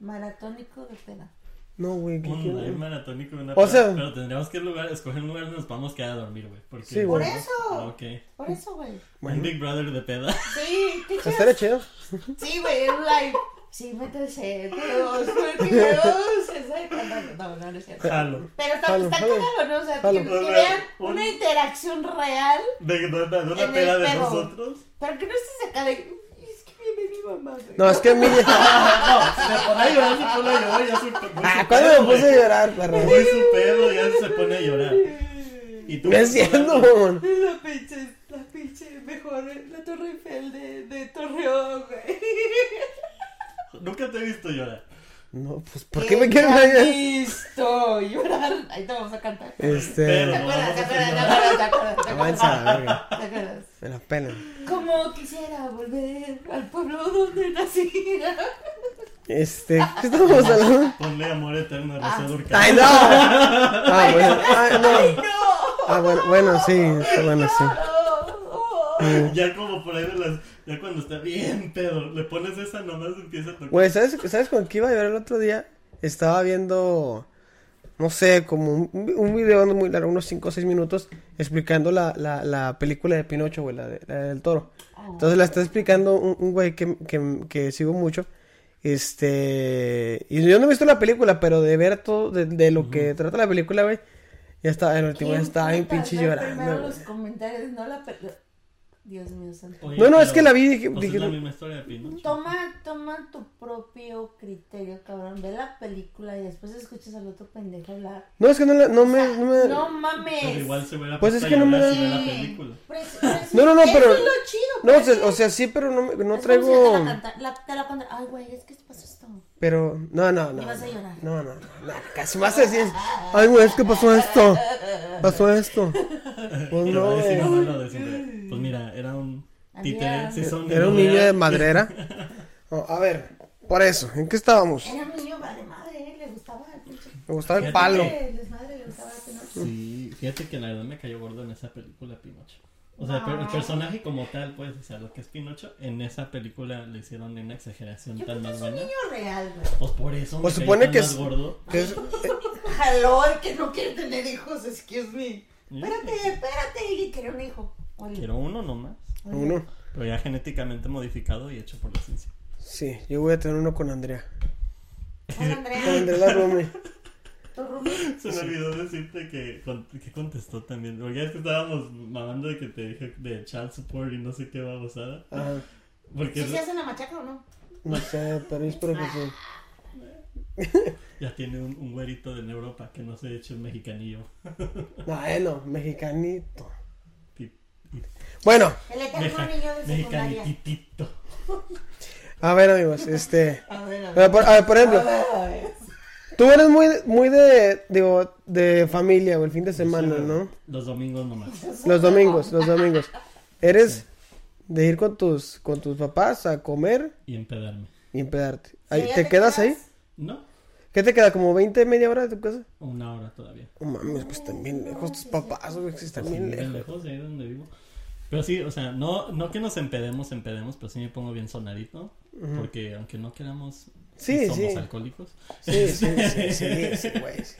maratónico de pena. No, güey. ¿qué- Un live qué- maratónico, una O peda, sea- pero tendríamos que lugar, escoger un lugar donde nos podamos quedar a dormir, güey. Porque... Ah, Sí, güey. Por eso. Ok. Por Mm. eso, güey. Bueno. Un Big Brother de peda. Sí, qué chido. Pues, Estaría chido. Sí, güey, en live. Sí, métese, Dios, porque Dios, es No, no, no es cierto. Jalo. Pero está, Jalo, está jalo. cagado, ¿no? O sea, Jalo. que, que vean una interacción real, De, de- de- de En el una peda de pedo. nosotros. pero que no estés acá de. Es que viene mi mamá, güey. No, es que a mí. Ah, no, se pone a llorar, se pone a llorar, ya se muy Ah, su ¿cuándo pedo, me puse a güey. llorar, perro? Muy su pedo, ya se pone a llorar. Y tú. Me haciendo, Fernando, mamón. Es la pinche, la pinche mejor, la Torre Eiffel de, de Torreón, güey. Nunca te he visto llorar. No, pues, ¿por qué me quieren Ya callar? Listo, llorar. Ahí te vamos a cantar. ¿Te Este. Pero- acuerdas? ¿Te No, acuerdas? ¿Te acuerdas? ¿Te acuerdas? ¿Te acuerdas? Avanza, la verga. ¿Te acuerdas? Me la pelan. Como quisiera volver al pueblo donde nací. Este, ¿qué estamos hablando? Ah, Ponle amor eterno a Rocío Durcal. ¡Ay, no! Ah, bueno. Ay, ¡Ay, no. no! Ah, bueno, bueno, sí, sí, bueno, sí. Ya como por ahí de las. Ya cuando está bien pedo, le pones esa, nomás empieza a tocar. Güey, ¿sabes, ¿sabes con qué iba yo el otro día? Estaba viendo, no sé, como un, un video no muy largo, unos 5 o 6 minutos, explicando la, la, la película de Pinocho, güey, la, de- la del toro. Oh. Entonces la está explicando un, un güey que, que, que sigo mucho. Este. Y yo no he visto la película, pero de ver todo, de, de lo que trata la película, güey. Ya estaba, el último ya estaba Este bien putas, pinche ve Primero llorando, güey. los comentarios, no la. per- Dios mío, santo. Oye, No, no, pero, es que la vi y dije- pues, dije, es la no. misma historia de Pinocho. Toma, toma tu propio criterio, cabrón. Ve la película y después escuchas al otro pendejo hablar. No, es que no, la- no me. No, me- No Pero mames. igual se hubiera Pues es puesto a que no me llorar da- si ve la película. Pres- pres- No, no, no, eso pero- es lo chido, no, o pues, sea, o sea, sí, pero no, me- no es como si yo traigo. Te la, canta- la- te la contra- Ay, güey, es que pasó esto. Pero, no, no, no. Y vas a no. llorar. No, no, no, no, Casi más así es. Ay, güey, es que pasó esto. Pasó esto. Pues Y le va a no, decir güey. nomás lo de siempre. Pues mira, era un títere. Había- sí son Era un novia. niño de madrera. No, a ver, por eso, ¿en qué estábamos? Era un niño vale madre, ¿eh? le gustaba el pinche. Me gustaba el Fíjate palo. Eh, Les madre, le gustaba que no. Sí, fíjate que la verdad me cayó gordo en esa película Pinocho. O sea, pero el personaje como tal, pues, o sea, lo que es Pinocho, en esa película le hicieron una exageración Yo tan creo que más es un buena. niño real, güey. Pues por eso Pues me cayó supone tan que más es- gordo. Que es- eh, Jaló el que no quiere tener hijos, excuse me. Sí. Espérate, espérate, y quiere un hijo. Oye, Mm. Quiero uno nomás, uno. pero ya genéticamente modificado y hecho por la ciencia. Sí, yo voy a tener uno con Andrea. Hola, Con Andrea, Andrea la Rumi. tu Rumi. Se me olvidó decirte que, con- que contestó también. Porque es que estábamos mamando de que te dije de child support y no sé qué babosada. Ajá, Porque ¿Sí se hacen la machaca o no? no sé, pero yo espero que sí. ya tiene un, un güerito de Europa que no se eche un mexicanillo. No, eh, no, mexicanito. Ti- Bueno, El eterno niño de secundaria. Mexicanitito. a ver, amigos, este. A ver, a A ver, por, a ver, por ejemplo, a ver. tú eres muy, muy de, digo, de familia o el fin de semana, ¿no? Los domingos nomás. Los domingos, los domingos. Eres de ir con tus, con tus papás a comer Y empedarme. y empedarte. Si Ahí, ya ¿Te quedas ahí? No, ¿Qué te queda? ¿Como 20, media hora de tu casa? una hora todavía. No mames, pues están bien lejos tus papás, güey, que están bien Sí, lejos. lejos de ahí donde vivo. Pero sí, o sea, no, no que nos empedemos, empedemos, pero sí me pongo bien sonadito. Porque aunque no queramos, Sí, somos sí. alcohólicos. Sí, sí, sí, sí, sí, güey. sí.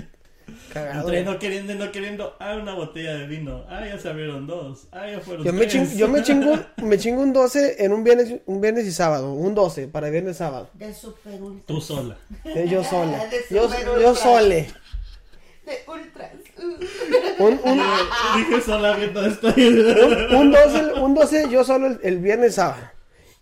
Cagado. Entre güey. no queriendo y no queriendo, ah, una botella de vino. Ah, ya se abrieron dos. Ah, ya fueron Yo me, tres. chingo, yo me chingo, me chingo un 12 en un viernes, un viernes y sábado, un 12 para viernes sábado. De super ultra. Tú sola. Eh, Yo sola. De Yo, super yo ultra. sole. De ultras. Un, un, Dije sola viendo esto. y- un 12, un 12 yo solo el, el viernes sábado.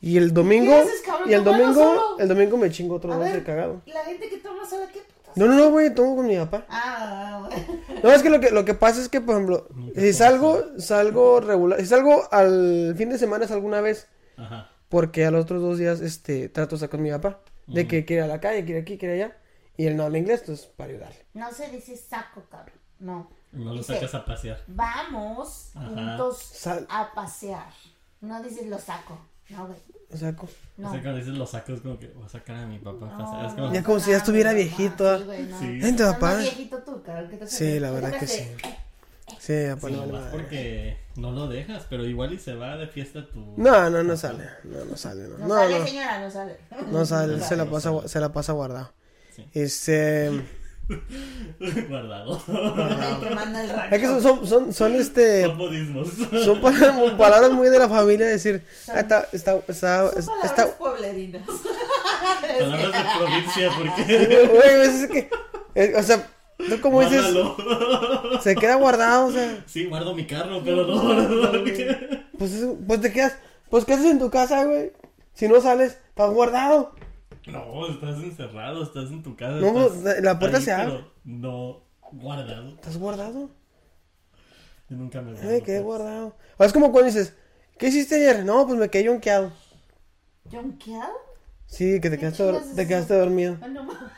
Y el domingo, ¿Qué haces, cabrón? y el ¿Te mueres domingo, solo? el domingo me chingo otro A 12 ver, cagado. la gente que toma sola, ¿qué putas? No, no, no, güey, tomo con mi papá. Ah, bueno. No, es que lo que, lo que pasa es que, por ejemplo, si salgo, salgo regular, si salgo al fin de semana es alguna vez, Ajá. porque a los otros dos días, este, trato de estar con mi papá, de que quiere ir a la calle, quiere aquí, quiere allá, y él no habla inglés, entonces, para ayudarle. No se dice saco, cabrón. No. No lo Dice, sacas a pasear. Vamos Ajá. juntos Sal- a pasear. No dices lo saco. No, güey. O sea, co- No. O sea, cuando dices lo sacas, como que voy a sacar a mi papá a pasear. Es No, como, Ya como si ya estuviera no, viejito, ah. Sí, güey, no. Sí. Vente, No, papá. no, viejito tú, cabrón, ¿qué te hace? Sí, la ¿Qué te verdad que hace? sí. eh. Sí, papá, Sí, no vale nomás madre. porque no lo dejas, pero igual y se va de fiesta tu... No, no, no sale, no, no sale, no, No, no, sale, no. señora, no sale. No, o sea, él se la no pasa, sale. se la pasa guardado. Sí. Este. guardado. El que manda el rancho. Es que son, son, son, son, este. Son modismos. Son pa- palabras muy de la familia decir. "Ah, está, está, está, Son está, palabras está- pueblerinas. Palabras de provincia, porque... Güey, güey, es que. es- o sea, tú como dices, Guárdalo. se queda guardado, o sea. Sí, guardo mi carro, pero no. porque- Pues, es- pues te quedas. Pues, ¿qué haces en tu casa, güey? Si no sales, estás guardado. No, estás encerrado, estás en tu casa. No, estás la puerta se abre. pero No, guardado. ¿Estás guardado? Yo nunca me guardo. Ay, me quedé pues. guardado. O es como cuando dices, ¿qué hiciste ayer? No, pues me quedé yonqueado. ¿Yonkeado? Sí, que te quedaste, dor- chingas es te eso? quedaste dormido. Ah, no mames.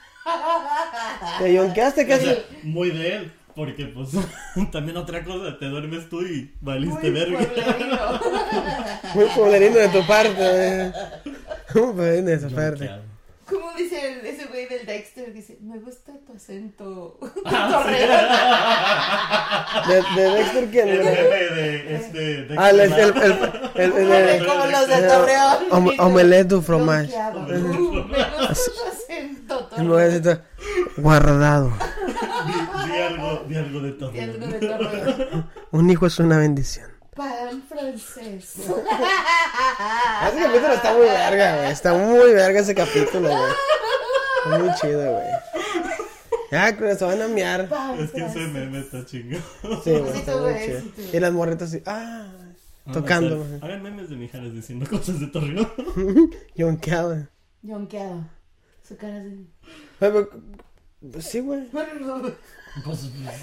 Te yonqueaste, ¿qué O sea, haces? muy de él, porque pues también otra cosa, te duermes tú y valiste Muy verga. pueblerino. Muy poblerino de tu parte. eh. Muy poblerino de tu parte. Yonkeado. Como ¿Cómo dice el- ese güey del Dexter? Dice, me gusta tu acento. ¿De, de Dexter quién? El güey? bebé Eh, de este. de- Ah, el, el, de- el, el, el- el- Como los de el- Torreón. Om- omelette du fromage. Bloqueado. Uh, me gusta tu acento. El omelette guardado. Di di algo, di algo de todo. Y algo de Torreón. Un hijo es una bendición. Pan francés. Ah. Ese capítulo está muy verga, güey. Está muy verga ese capítulo, güey. Está Muy chido, güey. Ya, pero se van a mear. Pan Es que ese francés. meme está chingón. Sí, güey, está Éxito, muy güey, chido. éxito. Y las morritas así, ah, Ah, tocando. o sea, Hagan memes de Mijares diciendo cosas de Torreón. Yonkeado. Yonqueado. Su cara de... Ay, pero- pues Sí, güey. Pues,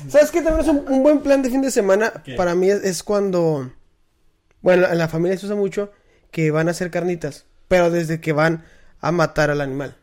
¿Sabes qué? También es un, un buen plan de fin de semana. ¿Qué? Para mí es, es cuando. Bueno, en la familia se usa mucho que van a hacer carnitas. Pero desde que van a matar al animal.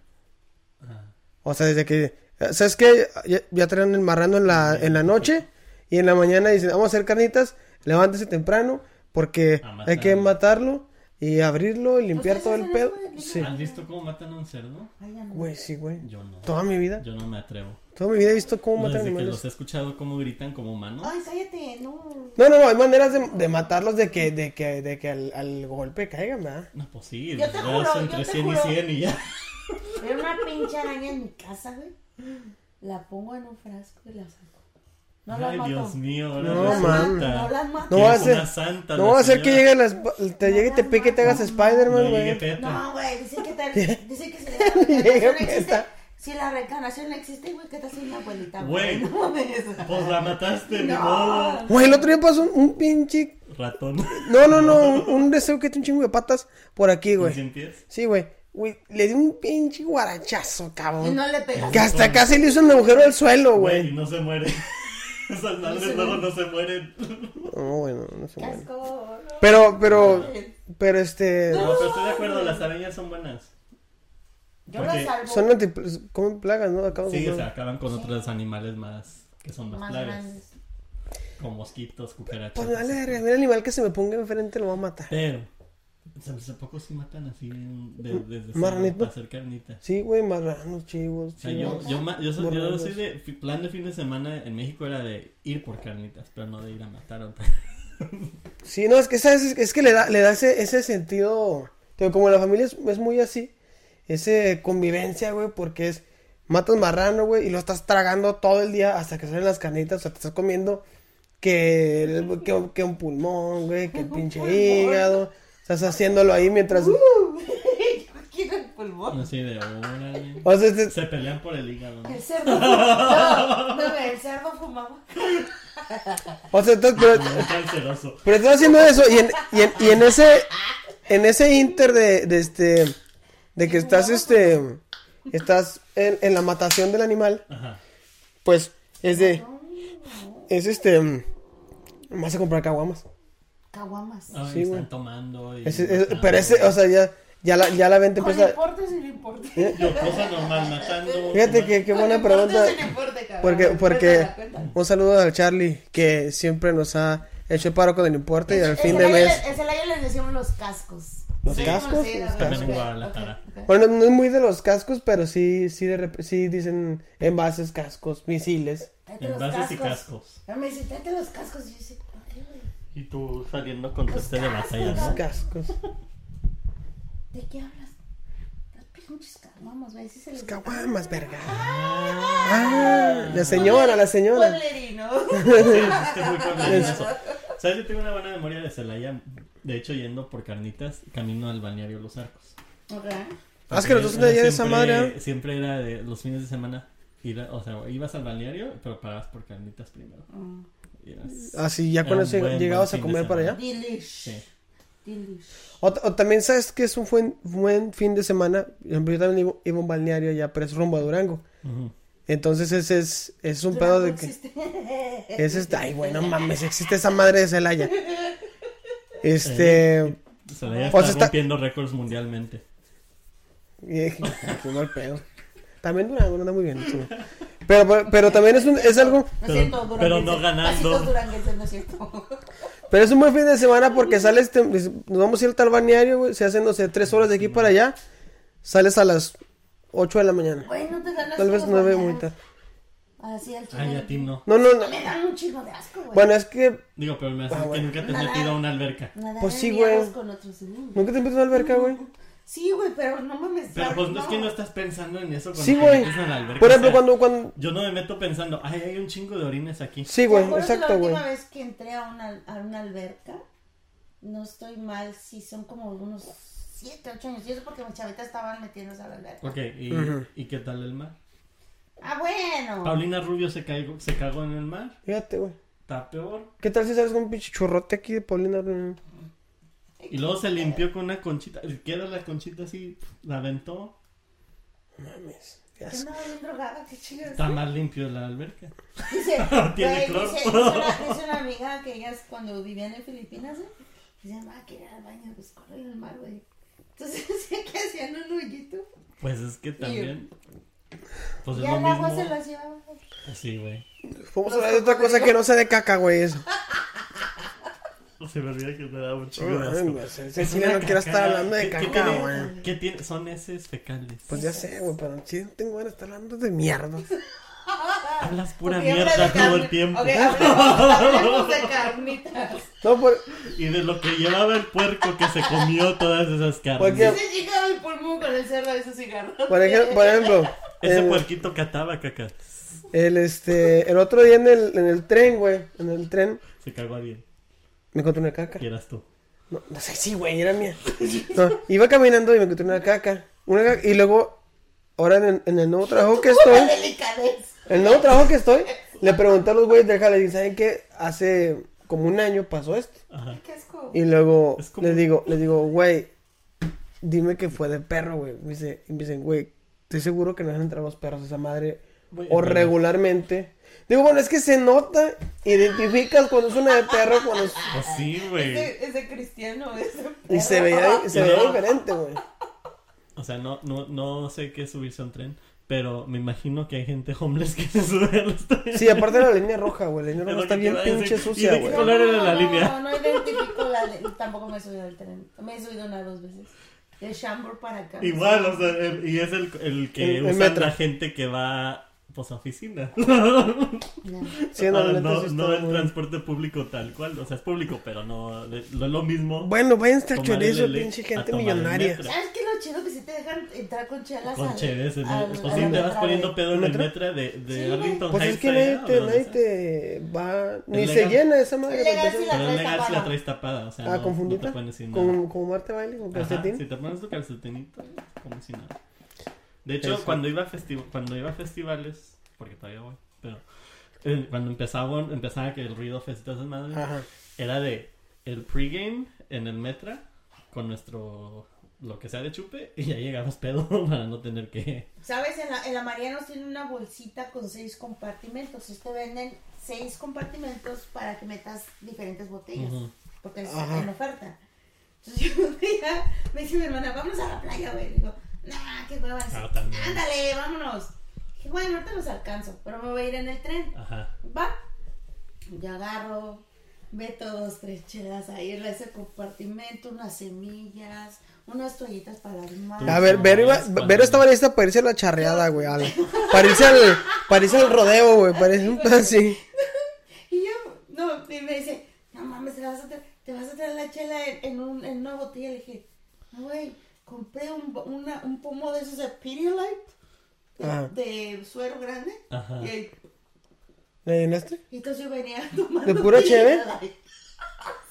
O sea, desde que. ¿Sabes qué? Ya, ya traen el marrano en la, en la noche. Y en la mañana dicen, vamos a hacer carnitas. Levántese temprano. Porque A hay que matarlo. matarlo. Y abrirlo y limpiar ¿Ustedes todo el hacen pedo. eso de Sí. ¿Han visto cómo matan a un cerdo? Vayan. Güey, sí, güey. Yo no. Toda mi vida. Yo no me atrevo. Toda mi vida he visto cómo matan Desde que animales. Ah. los he escuchado cómo gritan como humanos. Ay, cállate, no. No, no, no, hay maneras de, de matarlos de que, de que, de que al, al golpe caigan, ¿verdad? No, pues sí, Yo los te dedos juro, entre yo te 100 y juro. 100 y ya. Era una pinche araña en mi casa, güey. La pongo en un frasco y la saco. No la Ay, mato. Dios mío, ahora No, resulta man. No la mato. No que va a es ser- una santa No la va a ser que señora. llegue la esp- te llegue y te pique y te hagas Spider-Man, No llegue güey. Petra. No, güey, dicen que tal. Dicen que si la reencarnación no existe. Si la reencarnación no existe, güey, ¿qué tal si una abuelita? Güey. No mames. Pues la mataste, ni No. modo. Güey, el otro día pasó un, un pinche. Ratón. No, no, no, un, un deseo que tiene un chingo de patas por aquí, ¿Y güey. sin pies? Sí, güey. Güey, le di un pinche guarachazo, Y cabrón. no le pegas. Que hasta casi le hizo un agujero al suelo, Güey, güey. y no se muere. Esas madres luego no se mueren. No, bueno, no sé, Qué güey. asco. Pero, pero, pero este. No, pero estoy de acuerdo, las arañas son buenas. Yo la Porque salvo. Son anti. Comen plagas, ¿no? Acabo Sí, de. o sea, acaban con otros animales más que son más, Más plagas. grandes. Como mosquitos, cucarachas. Pues me vale así. verga, a mí el animal que se me ponga enfrente lo va a matar. Pero, ¿sabes? ¿a poco sí matan así en- de- desde Marranito. cerdo para hacer carnitas? Sí, güey, marranos, chivos. O sea, yo, chivos. yo, ma- yo, so- yo Borregos. soy de fi- plan de fin de semana en México era de ir por carnitas, pero no de ir a matar a otra. Sí, no, es que, ¿sabes? Es, es que le da, le da ese, ese sentido. Pero como la familia es, es muy así, ese convivencia, güey, porque es. Matas marrano, güey, y lo estás tragando todo el día hasta que salen las canitas, o sea, te estás comiendo que, el- que, que un pulmón, güey, que el pinche hígado. Estás haciéndolo ahí mientras. Yo quiero el pulmón. Así de órale. O sea, te- Se pelean por el hígado. ¿no? El cerdo. No, no, el cerdo fumaba. o sea, estás- pero- Muy canceroso. Pero estás haciendo eso y en, y en, y en ese en ese inter de, de este de que estás este estás en, en la matación del animal, Ajá. pues es de es este mm, vas a comprar caguamas. Caguamas. Ay, Sí, están güey. tomando. Y Ese- es- matando. pero ese, o sea, ya ya la ya la venta Con empieza. importe o sin importe. Yo, cosa normal, matando. Fíjate que qué Con buena importe o pregunta. sin importe, cabrón. Porque, porque Cuéntala, cuéntala. un saludo al Charlie que siempre nos ha hecho el paro con el importe y al Es fin el de año mes. le- Es el año les decimos los cascos. ¿Los Sí, cascos? sí, Los ok, También en ok, Guadalajara. ok, ok. Bueno, no es muy de los cascos, pero sí, sí, de rep- sí dicen envases, cascos, misiles. Tráete los Envases y cascos. Ya me dice, tráete los cascos. Y yo dice, ¿por qué, güey? Y tú saliendo con tu este de batalla, ¿no? Cascos. ¿De qué hablas? Los pinches caguamas, güey. Sí se Pues, les Caguamas, verga. Ah, la señora, la señora. Pueblerino. Sí, es que es muy común eso. ¿Sabes? Yo tengo una buena memoria de Celaya. De hecho, yendo por carnitas, camino al balneario Los Arcos. Ok. Ah, es que nosotros de allá de esa madre. ¿eh? Siempre era de los fines de semana. ir a- o sea, ibas al balneario, pero parabas por carnitas primero. Y eras- Así, Ah, ya Era con un eso buen, llegabas a buen fin comer de para allá. semana. Delish. Sí. Delish. O, o también sabes que es un buen, buen fin de semana. Por ejemplo, Yo también iba, iba a un balneario allá, pero es rumbo a Durango. Ujú. Entonces ese es, es un pedo de que... Ese es... Ay, bueno, mames, existe esa madre de Celaya. Eh, Este... Celaya O sea, está, está- rompiendo récords mundialmente. Eh, Qué mal pedo. También Durango no anda muy bien. sí. Pero, pero, pero también es, un- es algo. No Pero- es cierto, pero duranguense. no ganando. Pasitos duranguenses, no es cierto. Pero es un buen fin de semana porque este, pues, sales. tem- Nos vamos a ir al tal balneario, güey. Se hacen, no sé, tres horas de aquí para allá. Sales a las 8 de la mañana. Güey, no te dan asco Tal vez las 9 mañanas. muy tarde. Así al chile. Ay, a ti no. No, no, no. Me dan un chingo de asco, güey. Bueno, es que Digo, pero me hace Ah, que bueno. nunca te has Nada. metido a una alberca. Nadar pues en sí, ríos güey. con otros, sí. nunca te metes en una alberca, güey. Sí, güey, pero no mames. Pero pues no. es que no estás pensando en eso cuando Sí, te güey. metes a la alberca. Por o ejemplo, sea, cuando cuando Yo no me meto pensando, ay, hay un chingo de orines aquí. Sí, ¿Te güey, acuerdas exacto, La güey. última vez que entré a una, a una alberca, no estoy mal, sí, son como unos 7, 8 años. Y eso porque mis chavitas estaban metiéndose a la alberca. Ok, ¿y, Ujú. ¿y qué tal el mar? Ah, bueno. Paulina Rubio se, caigo, se cagó en el mar, Fíjate, güey. está peor. ¿Qué tal si sales con un pinche churrote aquí de Paulina? Rubio? Y luego se limpió con una conchita, queda la conchita así, la aventó. Mames. qué ¿Qué asco. andaba bien drogada? ¿Qué chingas? Está más limpio la alberca. Dice, Ah, Tiene güey, cloro. dice, dice una, dice una amiga que ellas cuando vivían en Filipinas, ¿eh? dice, ma, que ir al baño, pues corre al mar, güey. Entonces, que hacían un hoyito. Pues es que también. Pues Y es lo al agua se mismo. las llevaba. Sí, güey. Vamos a hablar de otra cosa que no sea de caca, güey. Eso. Se me olvida que me da un chingo de Ay, asco. güey, ese Es Chile una no quiero estar caca. hablando de ¿Qué- qué caca, tiene- güey. ¿Qué tiene? Son heces fecales. Pues ya sé, güey, pero sí tengo ganas de estar hablando de mierda. Ah, Hablas pura Ok, habla mierda de todo el carne. tiempo. Ok, hablemos, hablemos de carnitas. No, por... Y de lo que llevaba el puerco que se comió todas esas carnes. Porque- Se llegaba el pulmón con el cerro de su cigarro. Por, ej- por ejemplo, Ese el, puerquito cataba caca. el, este, el otro día en el, en el tren, güey, en el tren, Se cagó a bien. me encontré una caca. Y eras tú. No, no sé, sí, güey, era mía. No, iba caminando y me encontré una caca. Una caca- y luego, ahora en el, en el nuevo trabajo que Una estoy, delicadeza. en el nuevo trabajo que estoy, le pregunté a los güeyes del jale, y ¿saben qué? Hace como un año pasó esto. Ajá. Qué asco. Y luego Es como- les digo, les digo, güey, dime que fue de perro, güey. Me dice, y me dicen, güey, estoy seguro que no dejan entrar los perros a esa madre. Güey, o es verdad. regularmente. Digo, bueno, es que se nota, identificas cuando es una de perro, cuando es... Pues sí, güey. Ese, ese cristiano, ese. Y se veía, se Y veía luego- diferente, güey. O sea, no, no, no sé qué es subirse a un tren. Pero me imagino que hay gente homeless que se sube a los trenes. Sí, aparte de la línea roja, güey. La línea Es roja lo está que bien te iba a pinche decir. sucia, Y de- güey. ¿Cuál era la no, línea? No, identifico la de- Tampoco me he subido al tren. Me he subido una o dos veces. De Chambord para acá. Igual, o sea, el- y es el, el que El- el usan metro. la gente que va pues a oficina. No. Sí, Ah, no, la neta, no, sí no está el muy- transporte público tal cual, o sea, es público, pero no, de- no es lo mismo. Bueno, vayan a Tomar el chorizo, ele- pinche a gente tomar el millonaria. metro. ¿Sabes qué lo chido que si te dejan entrar con chelas? Con al- chéves, en el- al- pues al sí, te vas otra poniendo vez. pedo en el ¿Metro? metro de, de Sí, Arlington Pues Heights. es que nadie allá, te, o nadie donde sea. te va... Ni El se legal. llena esa madre. El para legal sí empezar. la Pero traes es legal si tapada. la traes tapada, o sea, Ah, no, confundida. no te pueden decir nada. Como, como Marte Baile, con Ajá, calcetín. si te pones tu calcetinito, como si nada. De hecho, Eso. cuando iba a festi- cuando iba a festivales, porque todavía voy, pero eh, cuando empezaba, empezaba que el ruido festitas de madre, Ajá. era de el pregame en el metra con nuestro lo que sea de chupe y ya llegamos pedo para no tener que ¿Sabes? En la, en la Marianos tiene una bolsita con seis compartimentos. Entonces te venden seis compartimentos para que metas diferentes botellas. Ujú. Porque es Ajá. en oferta. Entonces yo un día me dice mi hermana, vamos a la playa, güey. Digo, nah, qué huevas. Ah, también. Ándale, vámonos. Dije, bueno, no te los alcanzo, pero me voy a ir en el tren. ajá Va. Yo agarro, meto dos, tres chelas ahí en ese compartimento, unas semillas, unas toallitas para las manos. A ver, Vero, iba- Cuando- Vero estaba lista para irse a la charreada, güey. al- Para irse al, para irse al rodeo, güey. Parece un pedo así. Y yo, no, y me dice, no mames, te vas a, tra- te vas a traer la chela en, en un, en una botella. Le dije, "No, güey, compré un, bo- una, un pomo de esos de Pedialyte, de, Ajá. de suero grande. Ajá. Y, ¿La llenaste? y entonces yo venía tomando. ¿De pura cheve? Pedialyte.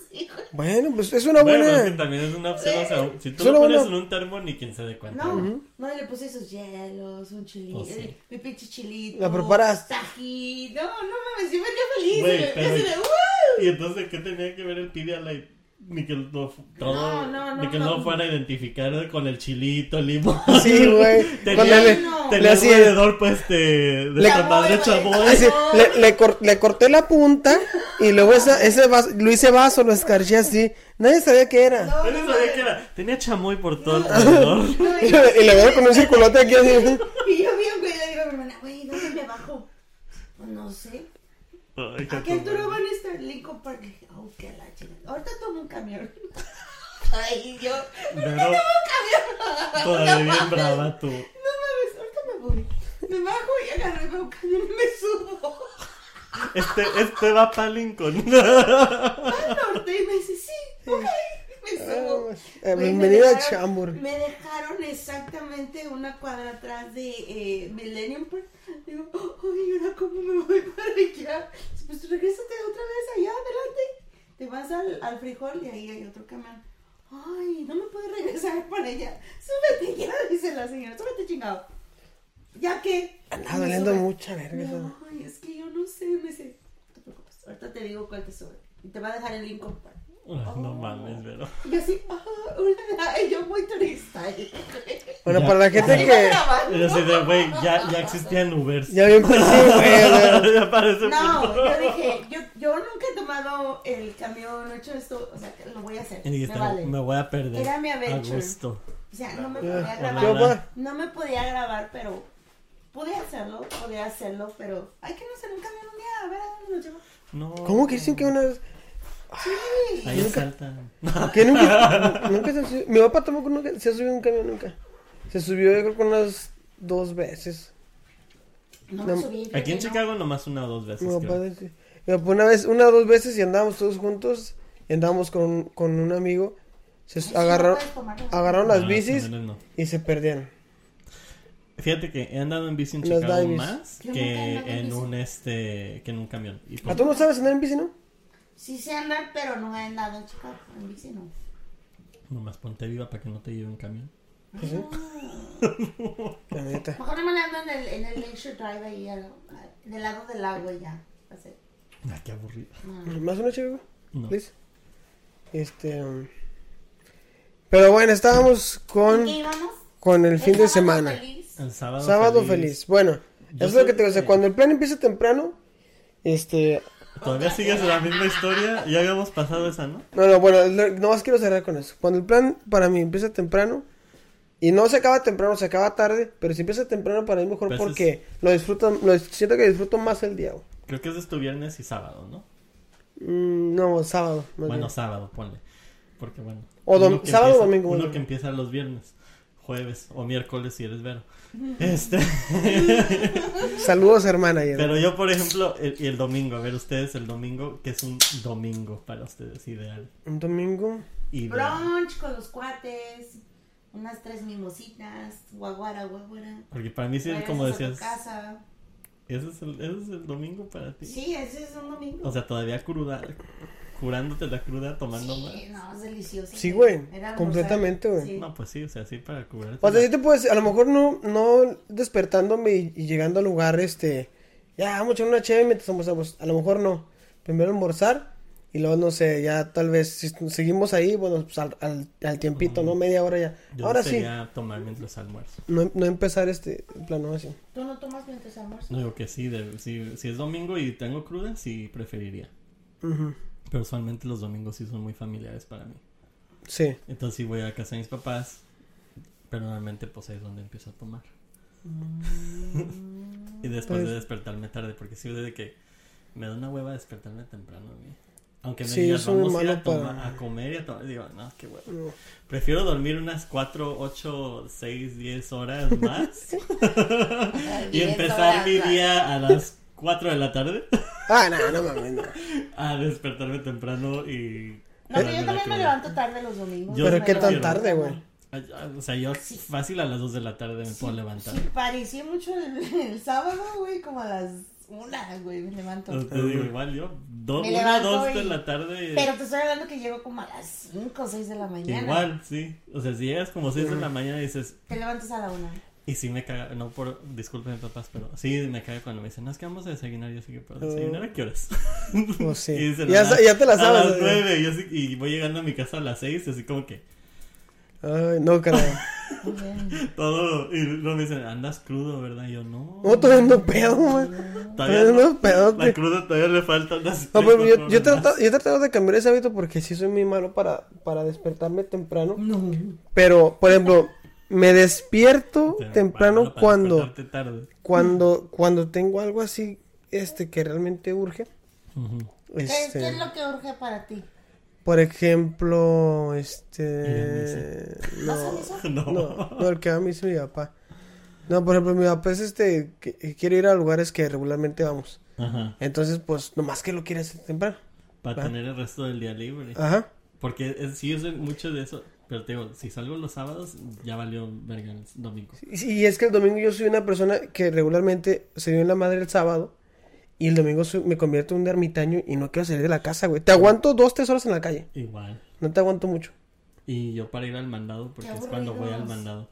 Sí, güey. Bueno, pues es una bueno, es que buena. también es una opción o sea, si tú Solo lo pones una- en un termo ni quien se dé cuenta No, no, y le puse sus hielos, un chilito, Pues sí. mi pinche chilito. La preparaste. Tajín. No, no mames, yo venía feliz. Güey, y me- pero- así de, "Uh". y entonces qué tenía que ver el Pedialyte ni que lo fu- todo- No, no, no, ni que no. no fuera a identificar con el chilito el limón Sí, güey. tenía, Cuando le, no. tenía le hacía- alrededor pues este de Le- esta madre chamoy así, Ah, le- le cor- le corté la punta y luego esa- ese vaso, lo hice vaso, lo escarché así. Nadie sabía qué era. No, Yo no sabía no mames. qué era. Tenía chamoy por todo alrededor. No, Y, le- y le veo con un circulote aquí así. Y yo vi a un güey y le digo a mi hermana, güey, ¿dónde me bajo? Pues no sé. Ay, ¿A jato, qué altura güey. van a estar Lincoln Park? Le dije, oh, qué la chingada. Ahorita tomo un camión. Ay, yo, Pero camión. todavía bien brava tú. No mames. y agarré, veo un cañón y me subo Este, este va para Lincoln. al norte y me dice, sí, ok, me subo. Eh, Güey, me bienvenido a dejaron- Chambord. Me dejaron exactamente una cuadra atrás de eh, Millennium Park. Digo, ay, ¿y ahora cómo me voy para allá? Pues regrésate otra vez allá adelante. Te vas al, al frijol y ahí hay otro camión. Ay, no me puedo regresar para allá. Súbete ya, dice la señora. Súbete chingado. Ya que. Andaba Me doliendo sube. mucha verga No, eso. Ay, es que yo no sé, me dice. No te preocupes, ahorita te digo cuál te sube. Y te va a dejar el Lincoln Park. No mames, pero. Y yo así, ah, hola, y yo muy turista. ahí. Bueno, Ya. para la gente Iba que. Y así grabando. de, güey, ya, ya existían Ubers. Ya bien pues, sí, güey, o sea, ya parece. No, yo dije, yo, yo nunca he tomado el camión, no he hecho esto, o sea, que lo voy a hacer. Y dijiste, me vale. me voy a perder. Era mi adventure. A gusto. O sea, no me podía Eh, Hola. grabar. Yo, pues, No me podía grabar, pero pude hacerlo, podía hacerlo, pero hay que no hacer un camión un día, a ver a dónde nos lleva. No. ¿Cómo que dicen que una vez.? Sí. Ahí saltan. Que nunca. nunca se subió. Mi papá tampoco nunca se ha subido a un camión nunca. Se subió, yo creo que unas dos veces. No me No. subí. fíjate, Aquí en no. Chicago nomás una o dos veces. Mi papá, creo. dice- mi papá una vez, una o dos veces y andábamos todos juntos. Y andábamos con, con un amigo. Se Ay, sí, agarraron, no puedes tomarlo. agarraron las No, bicis camiones no. y se perdieron. Fíjate que he andado en bici en Los Chicago dives. más Yo nunca he que andado en en bici. un este que en un camión. Y ¿A pues, tú no sabes andar en bici, no? Sí sé andar, pero no he andado en Chicago, en bici no. pues, nomás ponte viva para que no te lleve un camión. Pues sí. La neta. Mejor no me la ando en el, en el Lakeshore Drive ahí, al- al- del lado del lago y ya. Así. Ah, qué aburrido. No. ¿Más una chica? No. Liz. Este. um, Pero bueno, estábamos ¿En con, qué íbamos? con el fin de sábado semana. feliz. El sábado, Sábado feliz. Bueno, Yo es lo que soy- te o sea, cuando el plan empieza temprano, este. Todavía sigues la misma historia. Ya habíamos pasado esa, ¿no? No, no, bueno, lo- nomás quiero cerrar con eso. Cuando el plan para mí empieza temprano, y no se acaba temprano, se acaba tarde, pero si empieza temprano para mí mejor Pues es- porque lo disfruto, lo dis- siento que disfruto más el día. güey. Creo que es de tu viernes y sábado, ¿no? Mm, no, sábado. más Bueno, bien. sábado, ponle. Porque bueno. O dom- uno que sábado o empieza- domingo, Uno bueno. que empieza los viernes, jueves o miércoles si eres vero. Este. Saludos, hermana. y- Pero yo, por ejemplo, el, y el domingo. A ver, ustedes, el domingo, que es un domingo para ustedes, ideal. Un domingo. Ideal. Brunch con los cuates, unas tres mimositas, guaguara, guaguara. Porque para mí, sí, Regresas como a tu decías, casa. ese es, el, ese es el domingo para ti. Sí, ese es un domingo. O sea, todavía cruda, curándote la cruda, tomando sí, Ah, más. no, es delicioso. Sí, güey, Era almorzar. completamente, güey. Sí. No, pues sí, o sea, sí para curarte. O sea, sí te puedes, a lo mejor no, no despertándome y, y llegando al lugar, este, ya, vamos a echar una chévere mientras almorzamos. A lo mejor no. Primero almorzar y luego, no sé, ya tal vez, si est- seguimos ahí, bueno, pues al, al- al tiempito, ¿no? Media hora ya. Yo Ahora sí, sería tomar mientras almuerzo. no, no empezar este plano así. ¿Tú no tomas mientras almuerzas? No digo que sí, de- si, si es domingo y tengo cruda, sí preferiría. Ujú, Pero usualmente los domingos sí son muy familiares para mí. Sí. Entonces sí voy a casa de mis papás, pero normalmente pues ahí es donde empiezo a tomar. y después Pues- de despertarme tarde, porque sí desde que me da una hueva despertarme temprano a mí. Aunque me Sí, digas, yo soy vamos a ir malo a, toma- para- a comer y a tomar, digo, no, qué hueva. No. Prefiero dormir unas 4, 8, 6, 10 horas más y Diez empezar horas mi más. día a las 4 de la tarde Ah, no, no mames, no. a despertarme temprano y... No, pero curarme yo la también me cruda. levanto tarde los domingos. Yo Pero sí qué tan prefiero. tarde, güey. Ay, ay, O sea, yo fácil a las 2 de la tarde me puedo levantar. Sí, parecí mucho el, el sábado, güey, como a las una, güey, me levanto. Entonces, Te digo, igual yo, do- Me una, levanto dos de y- la tarde. Pero te estoy hablando que llego como a las 5 o 6 de la mañana. Igual, sí. O sea, si llegas como 6 de la mañana y dices, Te levantas a la una. y sí me caga, no por, disculpen papás, pero sí me caga cuando me dicen, no, es que vamos a desayunar. Yo sí que, pero desayunar a qué horas. Pues sí. Y dicen, Ya "A sa- ya te la sabes, ¿eh? A las güey. 9, yo sí- y voy llegando a mi casa a las 6, así como que Ay, no, creo. Muy bien. todo. Y luego me dicen, andas crudo, ¿verdad? Y yo no. No, todavía no pedo, güey. Todavía todavía no. no, pedote. La cruda todavía le falta unas No, tres, pero yo, cuatro yo, he horas más". tratado- yo he tratado de cambiar ese hábito porque sí soy muy malo para, para despertarme temprano. No. Pero, por ejemplo, me despierto Pero temprano para- para cuando, despertarte tarde. cuando, cuando tengo algo así, este, que realmente urge. Ujú. ¿Qué, Este, qué es lo que urge para ti? Por ejemplo, a este, no, misa. ¿Vas a misa? No. no, no, el que va a misa es mi papá. No, por ejemplo, mi papá es este, que- que quiere ir a lugares que regularmente vamos. Ajá. Entonces, pues, nomás que lo quiere hacer temprano. Para Va. Ah. tener el resto del día libre. Ajá. Porque es- sí, yo soy mucho de eso. Pero te digo, si salgo los sábados, ya valió verga el domingo. Y, y es que el domingo yo soy una persona que regularmente se dio en la madre el sábado. Y el domingo soy- me convierto en un ermitaño y no quiero salir de la casa, güey. Te aguanto dos, tres horas en la calle. Igual. No te aguanto mucho. Y yo para ir al mandado, porque es cuando voy al aburridos. mandado.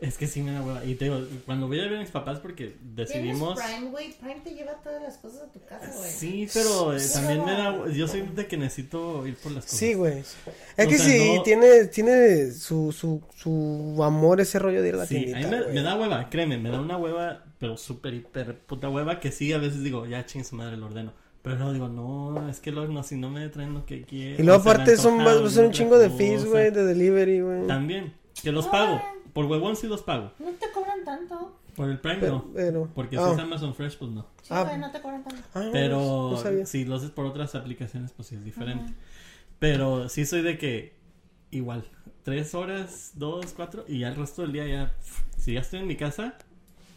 Es que sí me da hueva. Y te digo, cuando voy a ver a mis papás, porque decidimos. ¿Tienes Prime, güey? Prime te lleva todas las cosas a tu casa, güey. Sí, pero eh, Sí. también me da. hue- Yo soy de que necesito ir por las cosas. Sí, güey. Es O que sea, sí, no- tiene, tiene su, su, su amor ese rollo de ir a la Sí, a mí tiendita, me, güey. me da hueva, créeme, me da una hueva, pero súper, hiper puta hueva, que sí, a veces digo, ya ching su madre, lo ordeno. Pero luego digo, no, es que luego no, si no me traen lo que quiero. Y luego se me aparte son, antoja va- son un otra chingo de cosa. fees, güey, de delivery, güey. También, que los pago. Por huevón sí los pago. No te cobran tanto. Por el Prime Pero, no. pero- Porque ah, si es Amazon Fresh, pues no. Sí, Ah. güey, no te cobran tanto. ah, Pero no sabía. si lo haces por otras aplicaciones, pues sí es diferente. Pero sí soy de que igual, tres horas, dos, cuatro, y ya el resto del día ya, pf, si ya estoy en mi casa,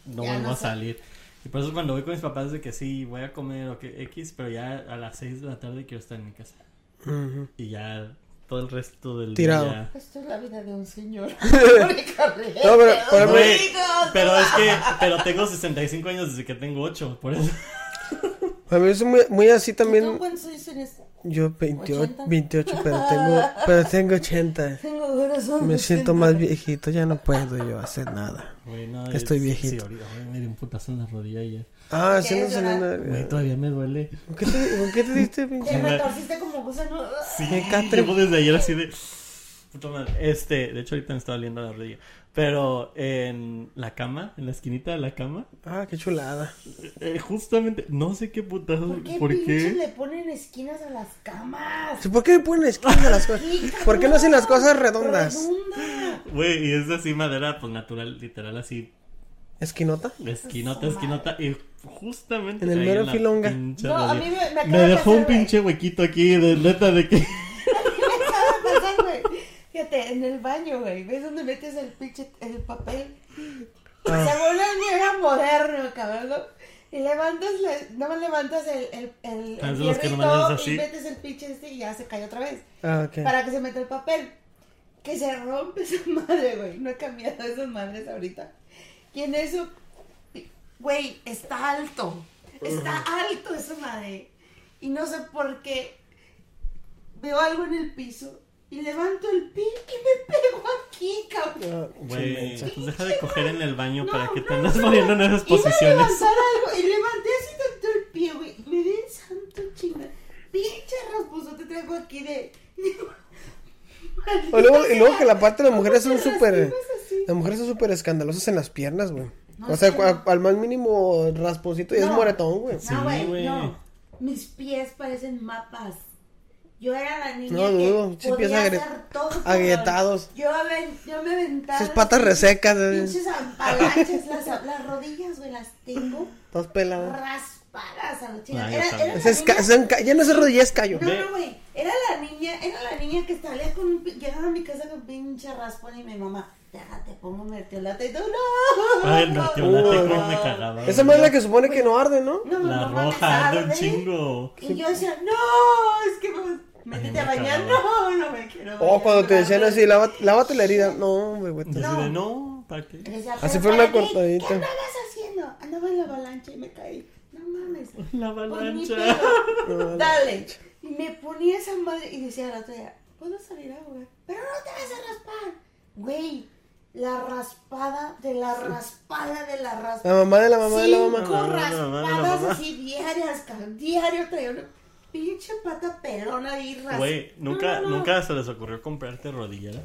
no Ya vuelvo no a sal- salir. Y por eso cuando voy con mis papás de que sí, voy a comer o que X, pero ya a las seis de la tarde quiero estar en mi casa. Ujú. Y ya todo el resto del Tirado. día. ya- Esto es la vida de un señor. Corriente, No, pero, por ejemplo, Güey, amigos, pero es que, pero tengo 65 años desde que tengo 8, por eso. a mí es muy, muy así ¿Tú también. cuántos años tienes? Yo 28, ¿Ochenta? 28 pero, tengo, pero tengo 80. Tengo corazón. Me de siento cien- más viejito, ya no puedo yo hacer nada. Güey, no, Estoy es- viejito. Sí, ahorita, güey, me dio un putazo en la rodilla ayer. Ah, ¿Quieres haciéndose llorar? Güey, nada. todavía me duele. ¿Con qué te, con qué te diste, pinche? Te retorciste como gusano. Sí, Me encanta. llevo desde ayer así de. Puta madre. Este, de hecho, ahorita me está doliendo la rodilla. Pero en la cama, en la esquinita de la cama, Ah, qué chulada. eh, justamente, no sé qué putazo. ¿Por qué, ¿Por pinches qué? le ponen esquinas a las camas? Sí, ¿Por qué me ponen esquinas a las cosas? ¿Por qué no hacen las cosas redondas? Redonda. Güey, y es así madera, pues natural, literal, así, ¿Esquinota? esquinota, esquinota. Y justamente. En el ahí mero la filonga. pinche No, a mí rodilla. me, me acaba Me de dejó pasar, un pinche huequito aquí, de neta, de que. güey. Me acaba de pasar, güey. Fíjate, en el baño, güey. ¿Ves dónde metes el pinche el papel? Ah. Se vuelve el mío era moderno, cabrón. ¿no? Y levantas, la- nomás levantas el, el, el, Ah, es el de los que hierrito nomás haces así. y metes el pinche este y ya se cae otra vez. Ah, ok. Para que se meta el papel. Que se rompe esa madre, güey. No he cambiado esas madres ahorita. Y en eso, güey, está alto. Está alto esa madre. Y no sé por qué. Veo algo en el piso y levanto el pie y me pego aquí, cabrón. Ah, Güey, chimencha. pues deja de coger en el baño para que te no, andas no. poniendo en esas Iba a posiciones. levantar algo y levanté así tanto el pie, güey. Me di el santo chinga. Pinche rasposo te traigo aquí de. O luego- y luego que la parte de las mujeres son súper. lastimas así? Las mujeres son súper escandalosas en las piernas, güey. No O sea, sé, cu- a- no. al más mínimo rasposito y es No. moretón, güey. Sí, No, güey, güey. no. Mis pies parecen mapas. Yo era la niña No, que dudo, sí, pies podía agri- hacer todo. cabrón. agrietados. Yo, aven- yo me aventaba. Esas patas resecas, eh. Pinches apalaches, las, las rodillas, güey, las tengo Todas peladas. raspadas a la Ah, chingada. yo Era, también. era Es la esca- niña- son ca- ya no se rodilla, es callo. Ve. No, no, güey. Era la niña, era la niña que salía con un pi- llegaba a mi casa con pinche raspón y mi mamá, déjate, pongo mertiolate y tú no. Ay, el mertiolate, Uy. cómo me cagaba. Esa madre es la que supone que no arde, ¿no? No, mi La mamá me roja, arde un arde. chingo. Y yo decía, no, es que pues, métete a me bañar, cagaba. no, no me quiero. O bañar, cuando te me decían arde". así, lava- lávate la herida. No, hombre, güey. Yo te- así de, no, ¿para qué? Y decía, Así "¿Pero fue una para qué? cortadita. ¿Qué andabas haciendo? Andaba en la avalancha y me caí. No mames. La Por mi avalancha. pelo. Dale. Y me ponía esa madre y decía la otra día, puedo salir a jugar, pero no te vas a raspar. Güey, la raspada de la raspada de la La raspada. mamá de la mamá de la Cinco mamá. mamá. La mamá de la raspadas mamá. así diarias, cabrón. Diario traía una pinche pata pelona ahí raspada. Güey, nunca, nunca se les ocurrió comprarte rodilleras.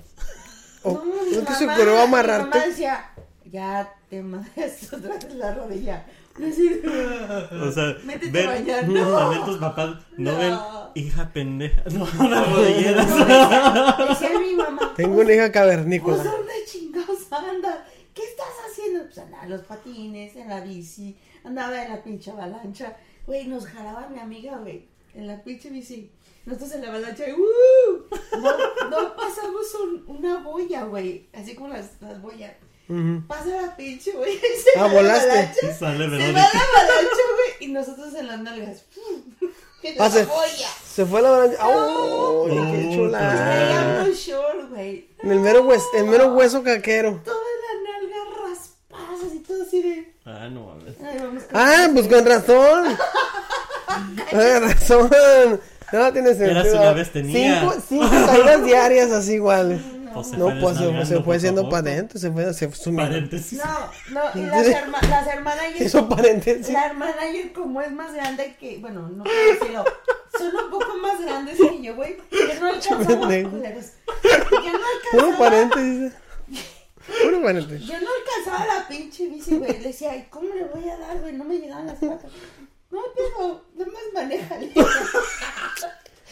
O- No, mi Oh, ¿No te se mamá- ocurrió Mi mamá amarrarte? decía, ya te madres otra vez la rodilla. Y así, O sea, Ah, Métete ven, a bañar. o sea, No. ven tus papás, no, No. ven, hija pendeja, no, las rodilleras. Decía mi mamá. Tengo una hija Pues cavernícola. dónde chingados anda. ¿Qué estás haciendo? Pues andaba en los patines, en la bici, andaba en la pinche avalancha. Güey, nos jalaba mi amiga, güey, en la pinche bici. nosotros en la avalancha, ¡uh! No, no pasamos un- una boya, güey. Así como las, las boyas. Ujú. Pasa la pinche, güey. y Ah, Se va la volaste. avalancha. Y sale Se va la Verónica. avalancha, güey. Y nosotros en las nalgas. ¡Que te Ah, se- boya! Se fue la avalancha. ¡Oh! No. ¡Qué Traía chulada! un short, güey. En el mero, hues- el mero hueso caquero. Toda la nalga raspadas y todo así de. Ah, no mames. Ay, vamos con- ¡Ah! Pues con razón. Con razón. No tiene sentido. una vez tenía. Cinco, cinco caídas diarias así iguales. Pues se No, fue pues se, desnalgando se fue poco a haciendo poco. para adentro. Se fue, se fue sumiendo. Paréntesis. No, no, y las, herma- las hermanas y Hizo paréntesis. La hermana ayer, como es más grande que. Bueno, no quiero decirlo. Son un poco más grandes que yo, güey. Yo no alcanzaba. pendejo. culeros. Yo no Puro alcanzaba. paréntesis. Puro paréntesis. Yo no alcanzaba la pinche bici, güey. Le decía, ay, ¿cómo le voy a dar, güey? No me llegaban las patas. No, pero nomás manéjale.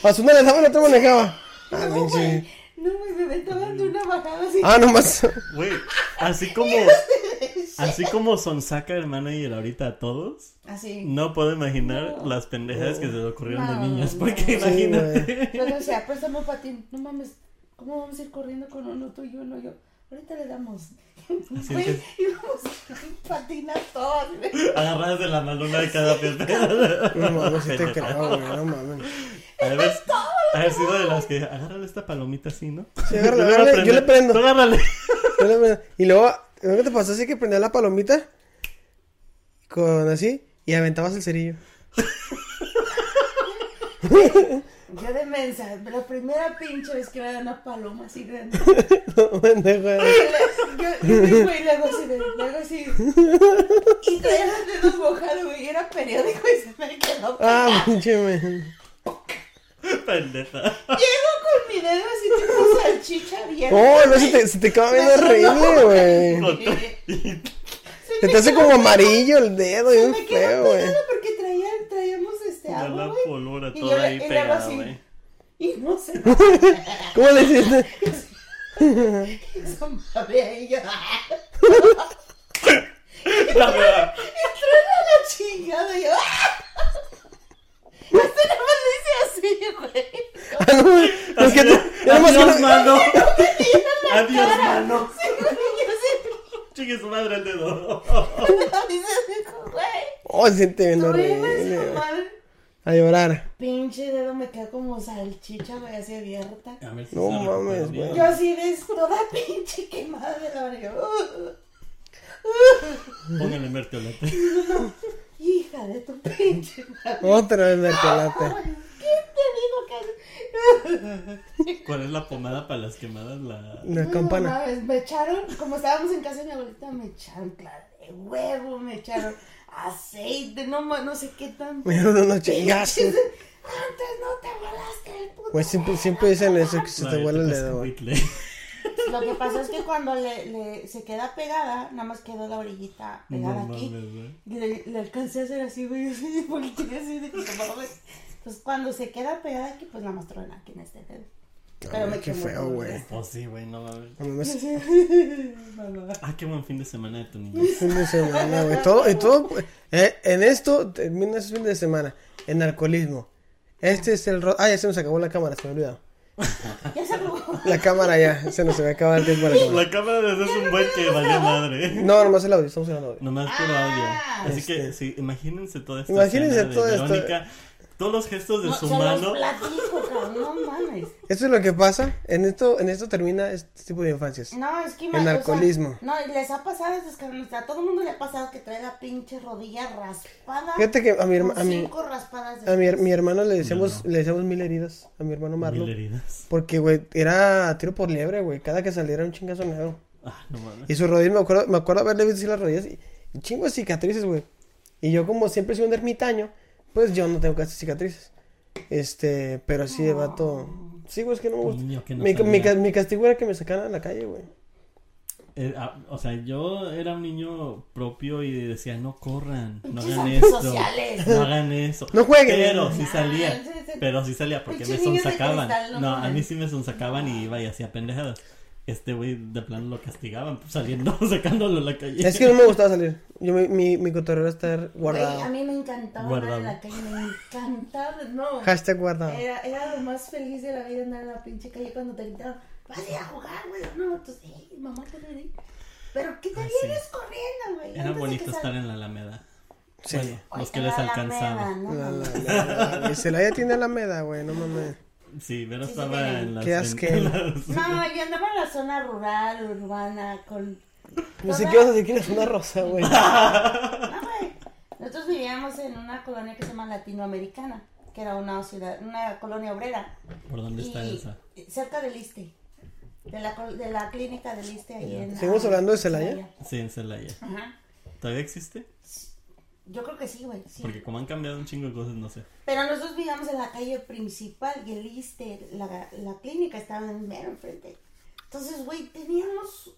A su una le daba, el otro manejaba. Ah, No, pinche. güey. No, güey, me aventaban de una bajada así. Ah, nomás. Güey, así como. Así como Sonsaca el manager ahorita a todos, Así. no puedo imaginar las pendejadas que se le ocurrieron No, de niñas. no. Porque imagínate. Yo le decía, préstame un patín. No mames, ¿cómo vamos a ir corriendo con uno tú y uno yo? Ahorita le damos. Güey, que- íbamos a patinar todos, güey. Agarradas de la malona de cada pendeja. No mames, sí te creo, güey. No mames. A ver, a ver, sido de las que. Agárrale esta palomita así, ¿no? Sí, agárrale, voy a agárrale, prender. yo le prendo. Tú agárrale. No, no, no. Y luego, ¿no que te pasó así que prendías la palomita? Con así y aventabas el cerillo. Yo de mensa, la primera pinche vez que me dan una paloma así grande. No, pendejo. Yo, yo vi, güey, le hago así, de- le hago así. Y traía los dedos mojados, güey. y Era periódico y se me quedó. Ah, pinche men. Pendeja. Llego con mi dedo así, tipo salchicha abierta. Oh, no, se te, se te acaba viendo horrible, güey. Con todo- y- Se te hace como amarillo el dedo y Se un me quedó feo, güey. pegado porque traía, traíamos este Ya agua, la güey. polvora Y toda yo- ahí y le hago pegada, así. güey. Y no sé, ¿Cómo le hiciste? esa madre ahí yo. La verdad. Entró a la chingada y yo. ¡Ah! Hasta nada más le hice así, güey. Ah, no, es que tú. ya nomás que Adiós, no- mano. Adiós, mano. Sí, güey, yo Chingue su madre el dedo. sí. A mí se me dijo, güey. Oh, se siente bien horrible. Tuve esa güey. madre. A llorar. Pinche dedo me queda como salchicha, güey, así abierta. A ver si No se recupera mames, bien. güey. Yo así ves toda pinche quemada de la barriga. ¡Uh! Póngale mertiolate. Hija de tu pinche madre. Otra vez mercolate. ¿Qué te digo que ¿Cuál es la pomada para las quemadas? La... La No, campana. mames, me echaron, como estábamos en casa de mi abuelita, me echaron claro de huevo, me echaron aceite, no, ma- no sé qué tan. Me dieron unos Antes chingazos. no te volaste el puto. Güey, siempre, siempre dicen eso, que se la te vuela el dieta dedo, güey. Huitle. Lo que pasa es que cuando le, le- se queda pegada, nada más quedó la orillita No pegada mames, aquí. güey. Y le, le alcancé a hacer así, güey, así de volteé, así de que no mames. Entonces cuando se queda pegada aquí, pues nada más truena aquí en este dedo. Pero me Ay, Qué quemó feo, todo. güey. Pues sí, güey, no mames. No mames, Ah, qué buen fin de semana de tu niñez. fin de semana, güey. Todo, y todo, pues, eh, en esto termina ese fin de semana. En alcoholismo. Este es el ro- Ah, ya se nos acabó la cámara, se me olvidó. Ya se acabó. La cámara ya, se nos va a acabar el tiempo de la cámara. La cámara de es un buen que valió madre. No, nomás el audio, estamos hablando de audio. Nomás puro Ah. audio. Así Este. que sí, imagínense toda esta Imagínense escena de todo esto. Verónica, Todos los gestos de No, su se los mano. platico, cabrón, no mames. Esto es lo que pasa. En esto, en esto termina este tipo de infancias. No, es que En ma- o sea, alcoholismo. no, y les ha pasado esas cabrones, A todo el mundo le ha pasado que trae la pinche rodilla raspada. Fíjate que a mi, herma- con a mi, cinco raspadas de- a mi, her- mi hermano le decíamos, No, le decíamos mil heridas. A mi hermano Mil Marlon. heridas. Porque, güey, era tiro por liebre, güey. Cada que saliera un chingazo negro. Ah, no mames. Y sus rodillas, me acuerdo, me acuerdo haberle visto así las rodillas y, y chingo de cicatrices, güey. Y yo como siempre soy un ermitaño, pues yo no tengo casi cicatrices. Este, pero sí, de vato. Sí, güey, es que no me Un gusta. niño que no mi, ca- mi sabía. ca- mi castigo era que me sacaran a la calle, güey. Eh, ah, o sea, yo era un niño propio y decía, no corran, no Pinches hagan esto, antisociales. no hagan eso. No jueguen. Pero sí Ah, salía, sí, sí. pero sí salía porque me Pinches niños de sonsacaban. cristal, no No, a mames. mí sí me sonsacaban y iba y hacía pendejadas. este güey de plano lo castigaban saliendo, sacándolo a la calle. Es que no me gustaba salir. Yo, mi, mi, mi cotorreo era estar Güey, a guardado. mí me encantaba andar en la calle, me encantaba, no. Hashtag guardado. Era, era lo más feliz de la vida andar en la pinche calle cuando te gritaban, vas a ir a jugar, güey. No, entonces, hey, mamá, te lo di. Pero ¿qué te Ah, vienes corriendo, güey? Era bonito estar en la Alameda. Sí. Bueno, los que les alcanzaban. La, la, la, la. Y Celaya tiene Alameda, güey, no mames. Sí, Vero Sí, sí, estaba sí. en las... Qué en- asquero. en las- No, yo andaba en la zona rural, urbana, con... Ni Toda- siquiera sé quién es una rosa, güey. No, güey. Nosotros vivíamos en una colonia que se llama Latinoamericana, que era una ciudad, una colonia obrera. ¿Por dónde está y esa? Cerca del Iste. De la, col- de la clínica del Iste ahí en... ¿Seguimos hablando de Celaya? Sí, en Celaya. Ajá. ¿Todavía existe? Yo creo que sí, güey. sí. Porque como han cambiado un chingo de cosas, no sé. Pero nosotros vivíamos en la calle principal y el ISTE, la, la clínica estaba en mero enfrente. Entonces, güey, teníamos.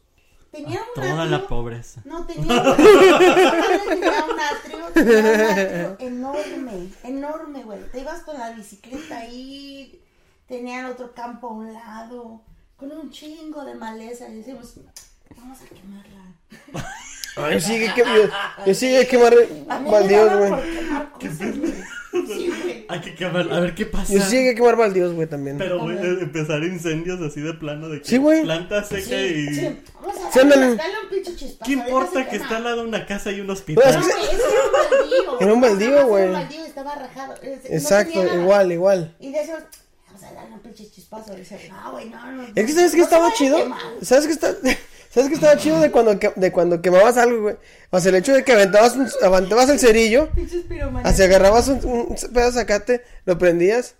Tenía un Toda atrio. la pobreza. No, tenía un, tenía un atrio. Tenía un atrio enorme, enorme, güey. Te ibas con la bicicleta ahí. Tenían otro campo a un lado. Con un chingo de maleza. Y decimos, vamos a quemarla. Ay, sigue que yo, yo sigue quemar A mí me baldíos, daban güey. por quemar cosas, güey. Sí, güey. Hay que quemar, a ver qué pasa. Yo sigue quemar baldíos, güey, también. Pero güey, eh, empezar incendios así de plano de que Sí, güey. planta seca y. Sí, vamos a Sí, ándale. dale un pinche chispazo, ¿Qué ahorita importa se que quema. está al lado de una casa y un No, hospital? Pues- güey, ese era un baldío. Era un baldío, Nada más güey. Era un baldío, estaba rajado. Es- no Exacto, tenía nada. igual, igual. Y de eso, vamos a darle un pinche chispazo. Y dice, no, güey, no, no. Es que sabes que no se estaba vaya a chido. quemar. ¿Sabes que está ¿Sabes que estaba chido de cuando que- de cuando quemabas algo, güey? O sea, el hecho de que aventabas un- aventabas el cerillo, Pinches piromaníacos. así agarrabas un, un pedazo de zacate, lo prendías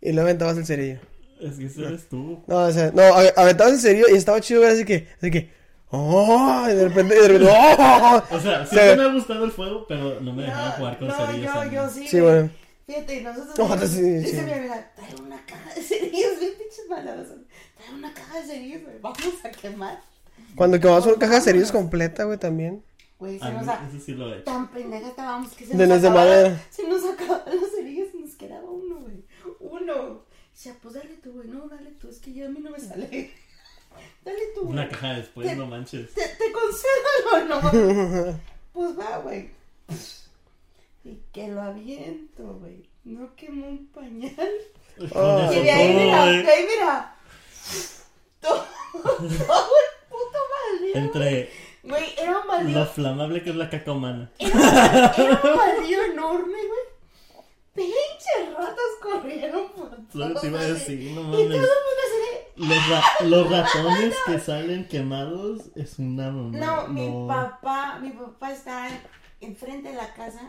y lo aventabas el cerillo. Es que ese eres tú. No, o sea, no, a- aventabas el cerillo y estaba chido, güey, así que así que oh, y de repente y de repente oh. O sea, sí Se- me ha gustado el fuego, pero no me dejaba jugar con no, cerillos. a yo, mí. yo sí. Sí, güey. güey. Fíjate, nosotros. No, sí, sí. dice mi amiga, trae una caja de cerillos, bien pinches malas. Trae una caja de cerillos, güey. Vamos a quemar. Cuando quemabas una caja de cerillos completa, güey, también. Güey, se A nos mí, ha- eso sí lo he hecho. tan pendeja estábamos que se De nos los de acababan- madera. Se nos acababan los cerillos y nos quedaba uno, güey. Uno. Ya, pues dale tú, güey. No, dale tú, es que ya a mí no me sale. Dale tú, güey. Una caja después, no manches. Te, te concedo algo, no. pues va, güey. Y que lo aviento, güey. No quemó un pañal. Con Oh. Y eso de ahí, todo, mira, güey. de ahí, mira. Todo, todo el puto baldío. Entre Güey, era un lo baldío flamable que es la caca humana. Era, era un baldío enorme, güey. Pinches ratas corrieron por todo. Solo te iba a decir, no Y todo el mames. mundo se Los, ra- los ratones que salen quemados es una mamá. No, mi papá, mi papá está enfrente de la casa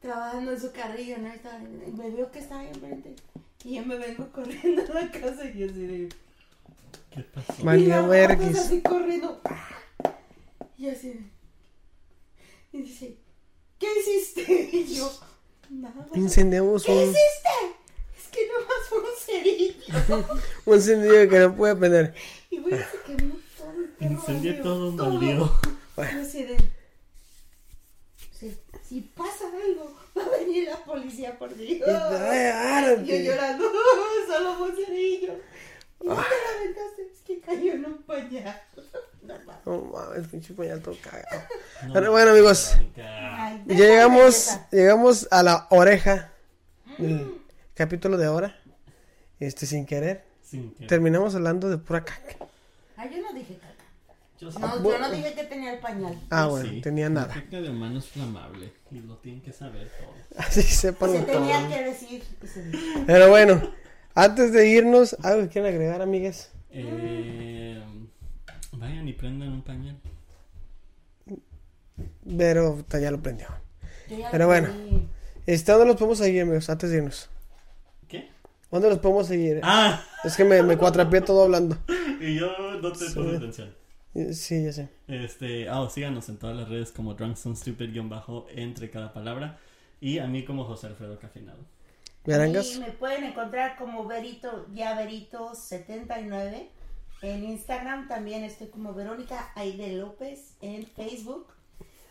trabajando en su carrillo, ¿no? Y estaba- me vio que estaba ahí enfrente. Y yo me vengo corriendo a la casa y yo así de... ¿Qué pasó? y Valió las ratas verguis. así corriendo. Y así de... Y dice, ¿qué hiciste? Y yo, nada. Incendiamos ¿Qué un, hiciste? Es que nomás fue un cerillo. un cerillo que no pude prender. Y güey, se quemó todo el perro. Incendié baldío, todo un baldío. Yo así de... Si, si pasa algo, va a venir la policía por ti. Y- ay, árate. Yo llorando, solo fue un cerillo. Y no te la aventaste, es que cayó en un pañal. No mames. No mames, pinche pañal todo cagado. Pero bueno, amigos, Ay, ya déjame llegamos, esa. llegamos a la oreja del capítulo de ahora. Este, sin querer, Sin que- terminamos hablando de pura caca. Ay, Ah, yo no dije caca. Yo sí- No, yo no dije que tenía el pañal. Ah, yo bueno, sí. tenía La nada. caca de humano es flamable y lo tienen que saber todos. Así que Se sepan todo. tenía que decir. y se dijo. Pero bueno, antes de irnos, ¿algo que quieren agregar, amigas? Mm. Eh, vayan y prendan un pañal. Pero ta, ya lo prendió. Yo ya Pero lo bueno. pedí. Este, ¿Dónde los podemos seguir, amigos? Antes de irnos. ¿Qué? ¿Dónde los podemos seguir? Ah, Es que me, me cuatrapié todo hablando. y yo no te puse atención. Sí, ya sé. Este, ah, síganos en todas las redes como Drunk Son Stupid guión bajo entre cada palabra y a mí como José Alfredo Cafinado. Y ¿Verangas? me pueden encontrar como Verito, ya Verito79. En Instagram también estoy como Verónica Aide López. En Facebook.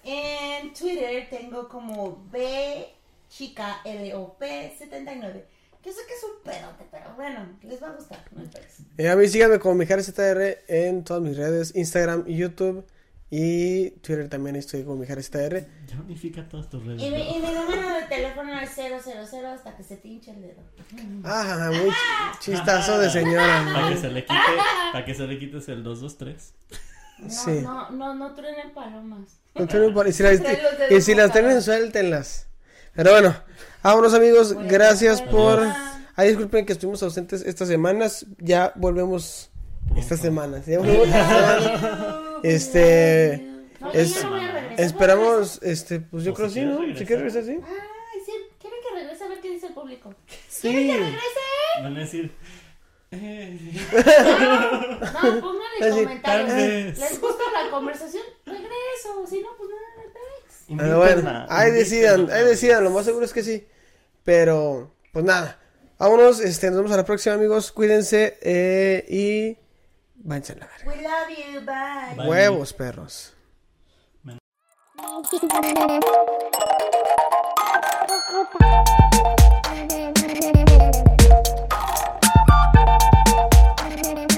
En Twitter tengo como B chica LOP79. Yo sé que es un pedote, pero bueno, les va a gustar, no hay pex. Eh, a mí síganme como Mijares ZR en todas mis redes, Instagram, y YouTube y Twitter también estoy como Mijares ZR. Ya unifica todas tus redes. Y mi, bro. y mi número de teléfono es 000 hasta que se te hinche el dedo. Ah, muy ch- chistazo de señora. Para que ¿no? se le quite, para que se le quites el 223. No, Sí. no, no, no truenen palomas. No tienen por- y si las, Trae los dedos y si las tienen, mojados. suéltenlas. Pero bueno, vámonos amigos, Bueno, gracias adiós. por... Ay, disculpen que estuvimos ausentes estas semanas, ya volvemos estas semanas. ya volvemos estas semanas. Este... No, Es- yo ya no voy a regresar. Esperamos, este, pues yo creo Pues, si sí, ¿no? quieres Si quieres regresar. regresar, sí. Ay, sí, quieren que regrese a ver qué dice el público. Sí. Van a decir. Eh, Ah, No, pónganle Así, comentarios. tal vez. ¿Les gusta la conversación? Regreso. Si no, pues nada, pex. Pero invítenla, bueno, ahí decidan, invítenla. ahí decidan, lo más seguro es que sí. Pero, pues nada. Vámonos, este, nos vemos a la próxima, amigos. Cuídense eh, y váyanse a la verga. We love you, bye. Bye. Huevos, perros. Thank you.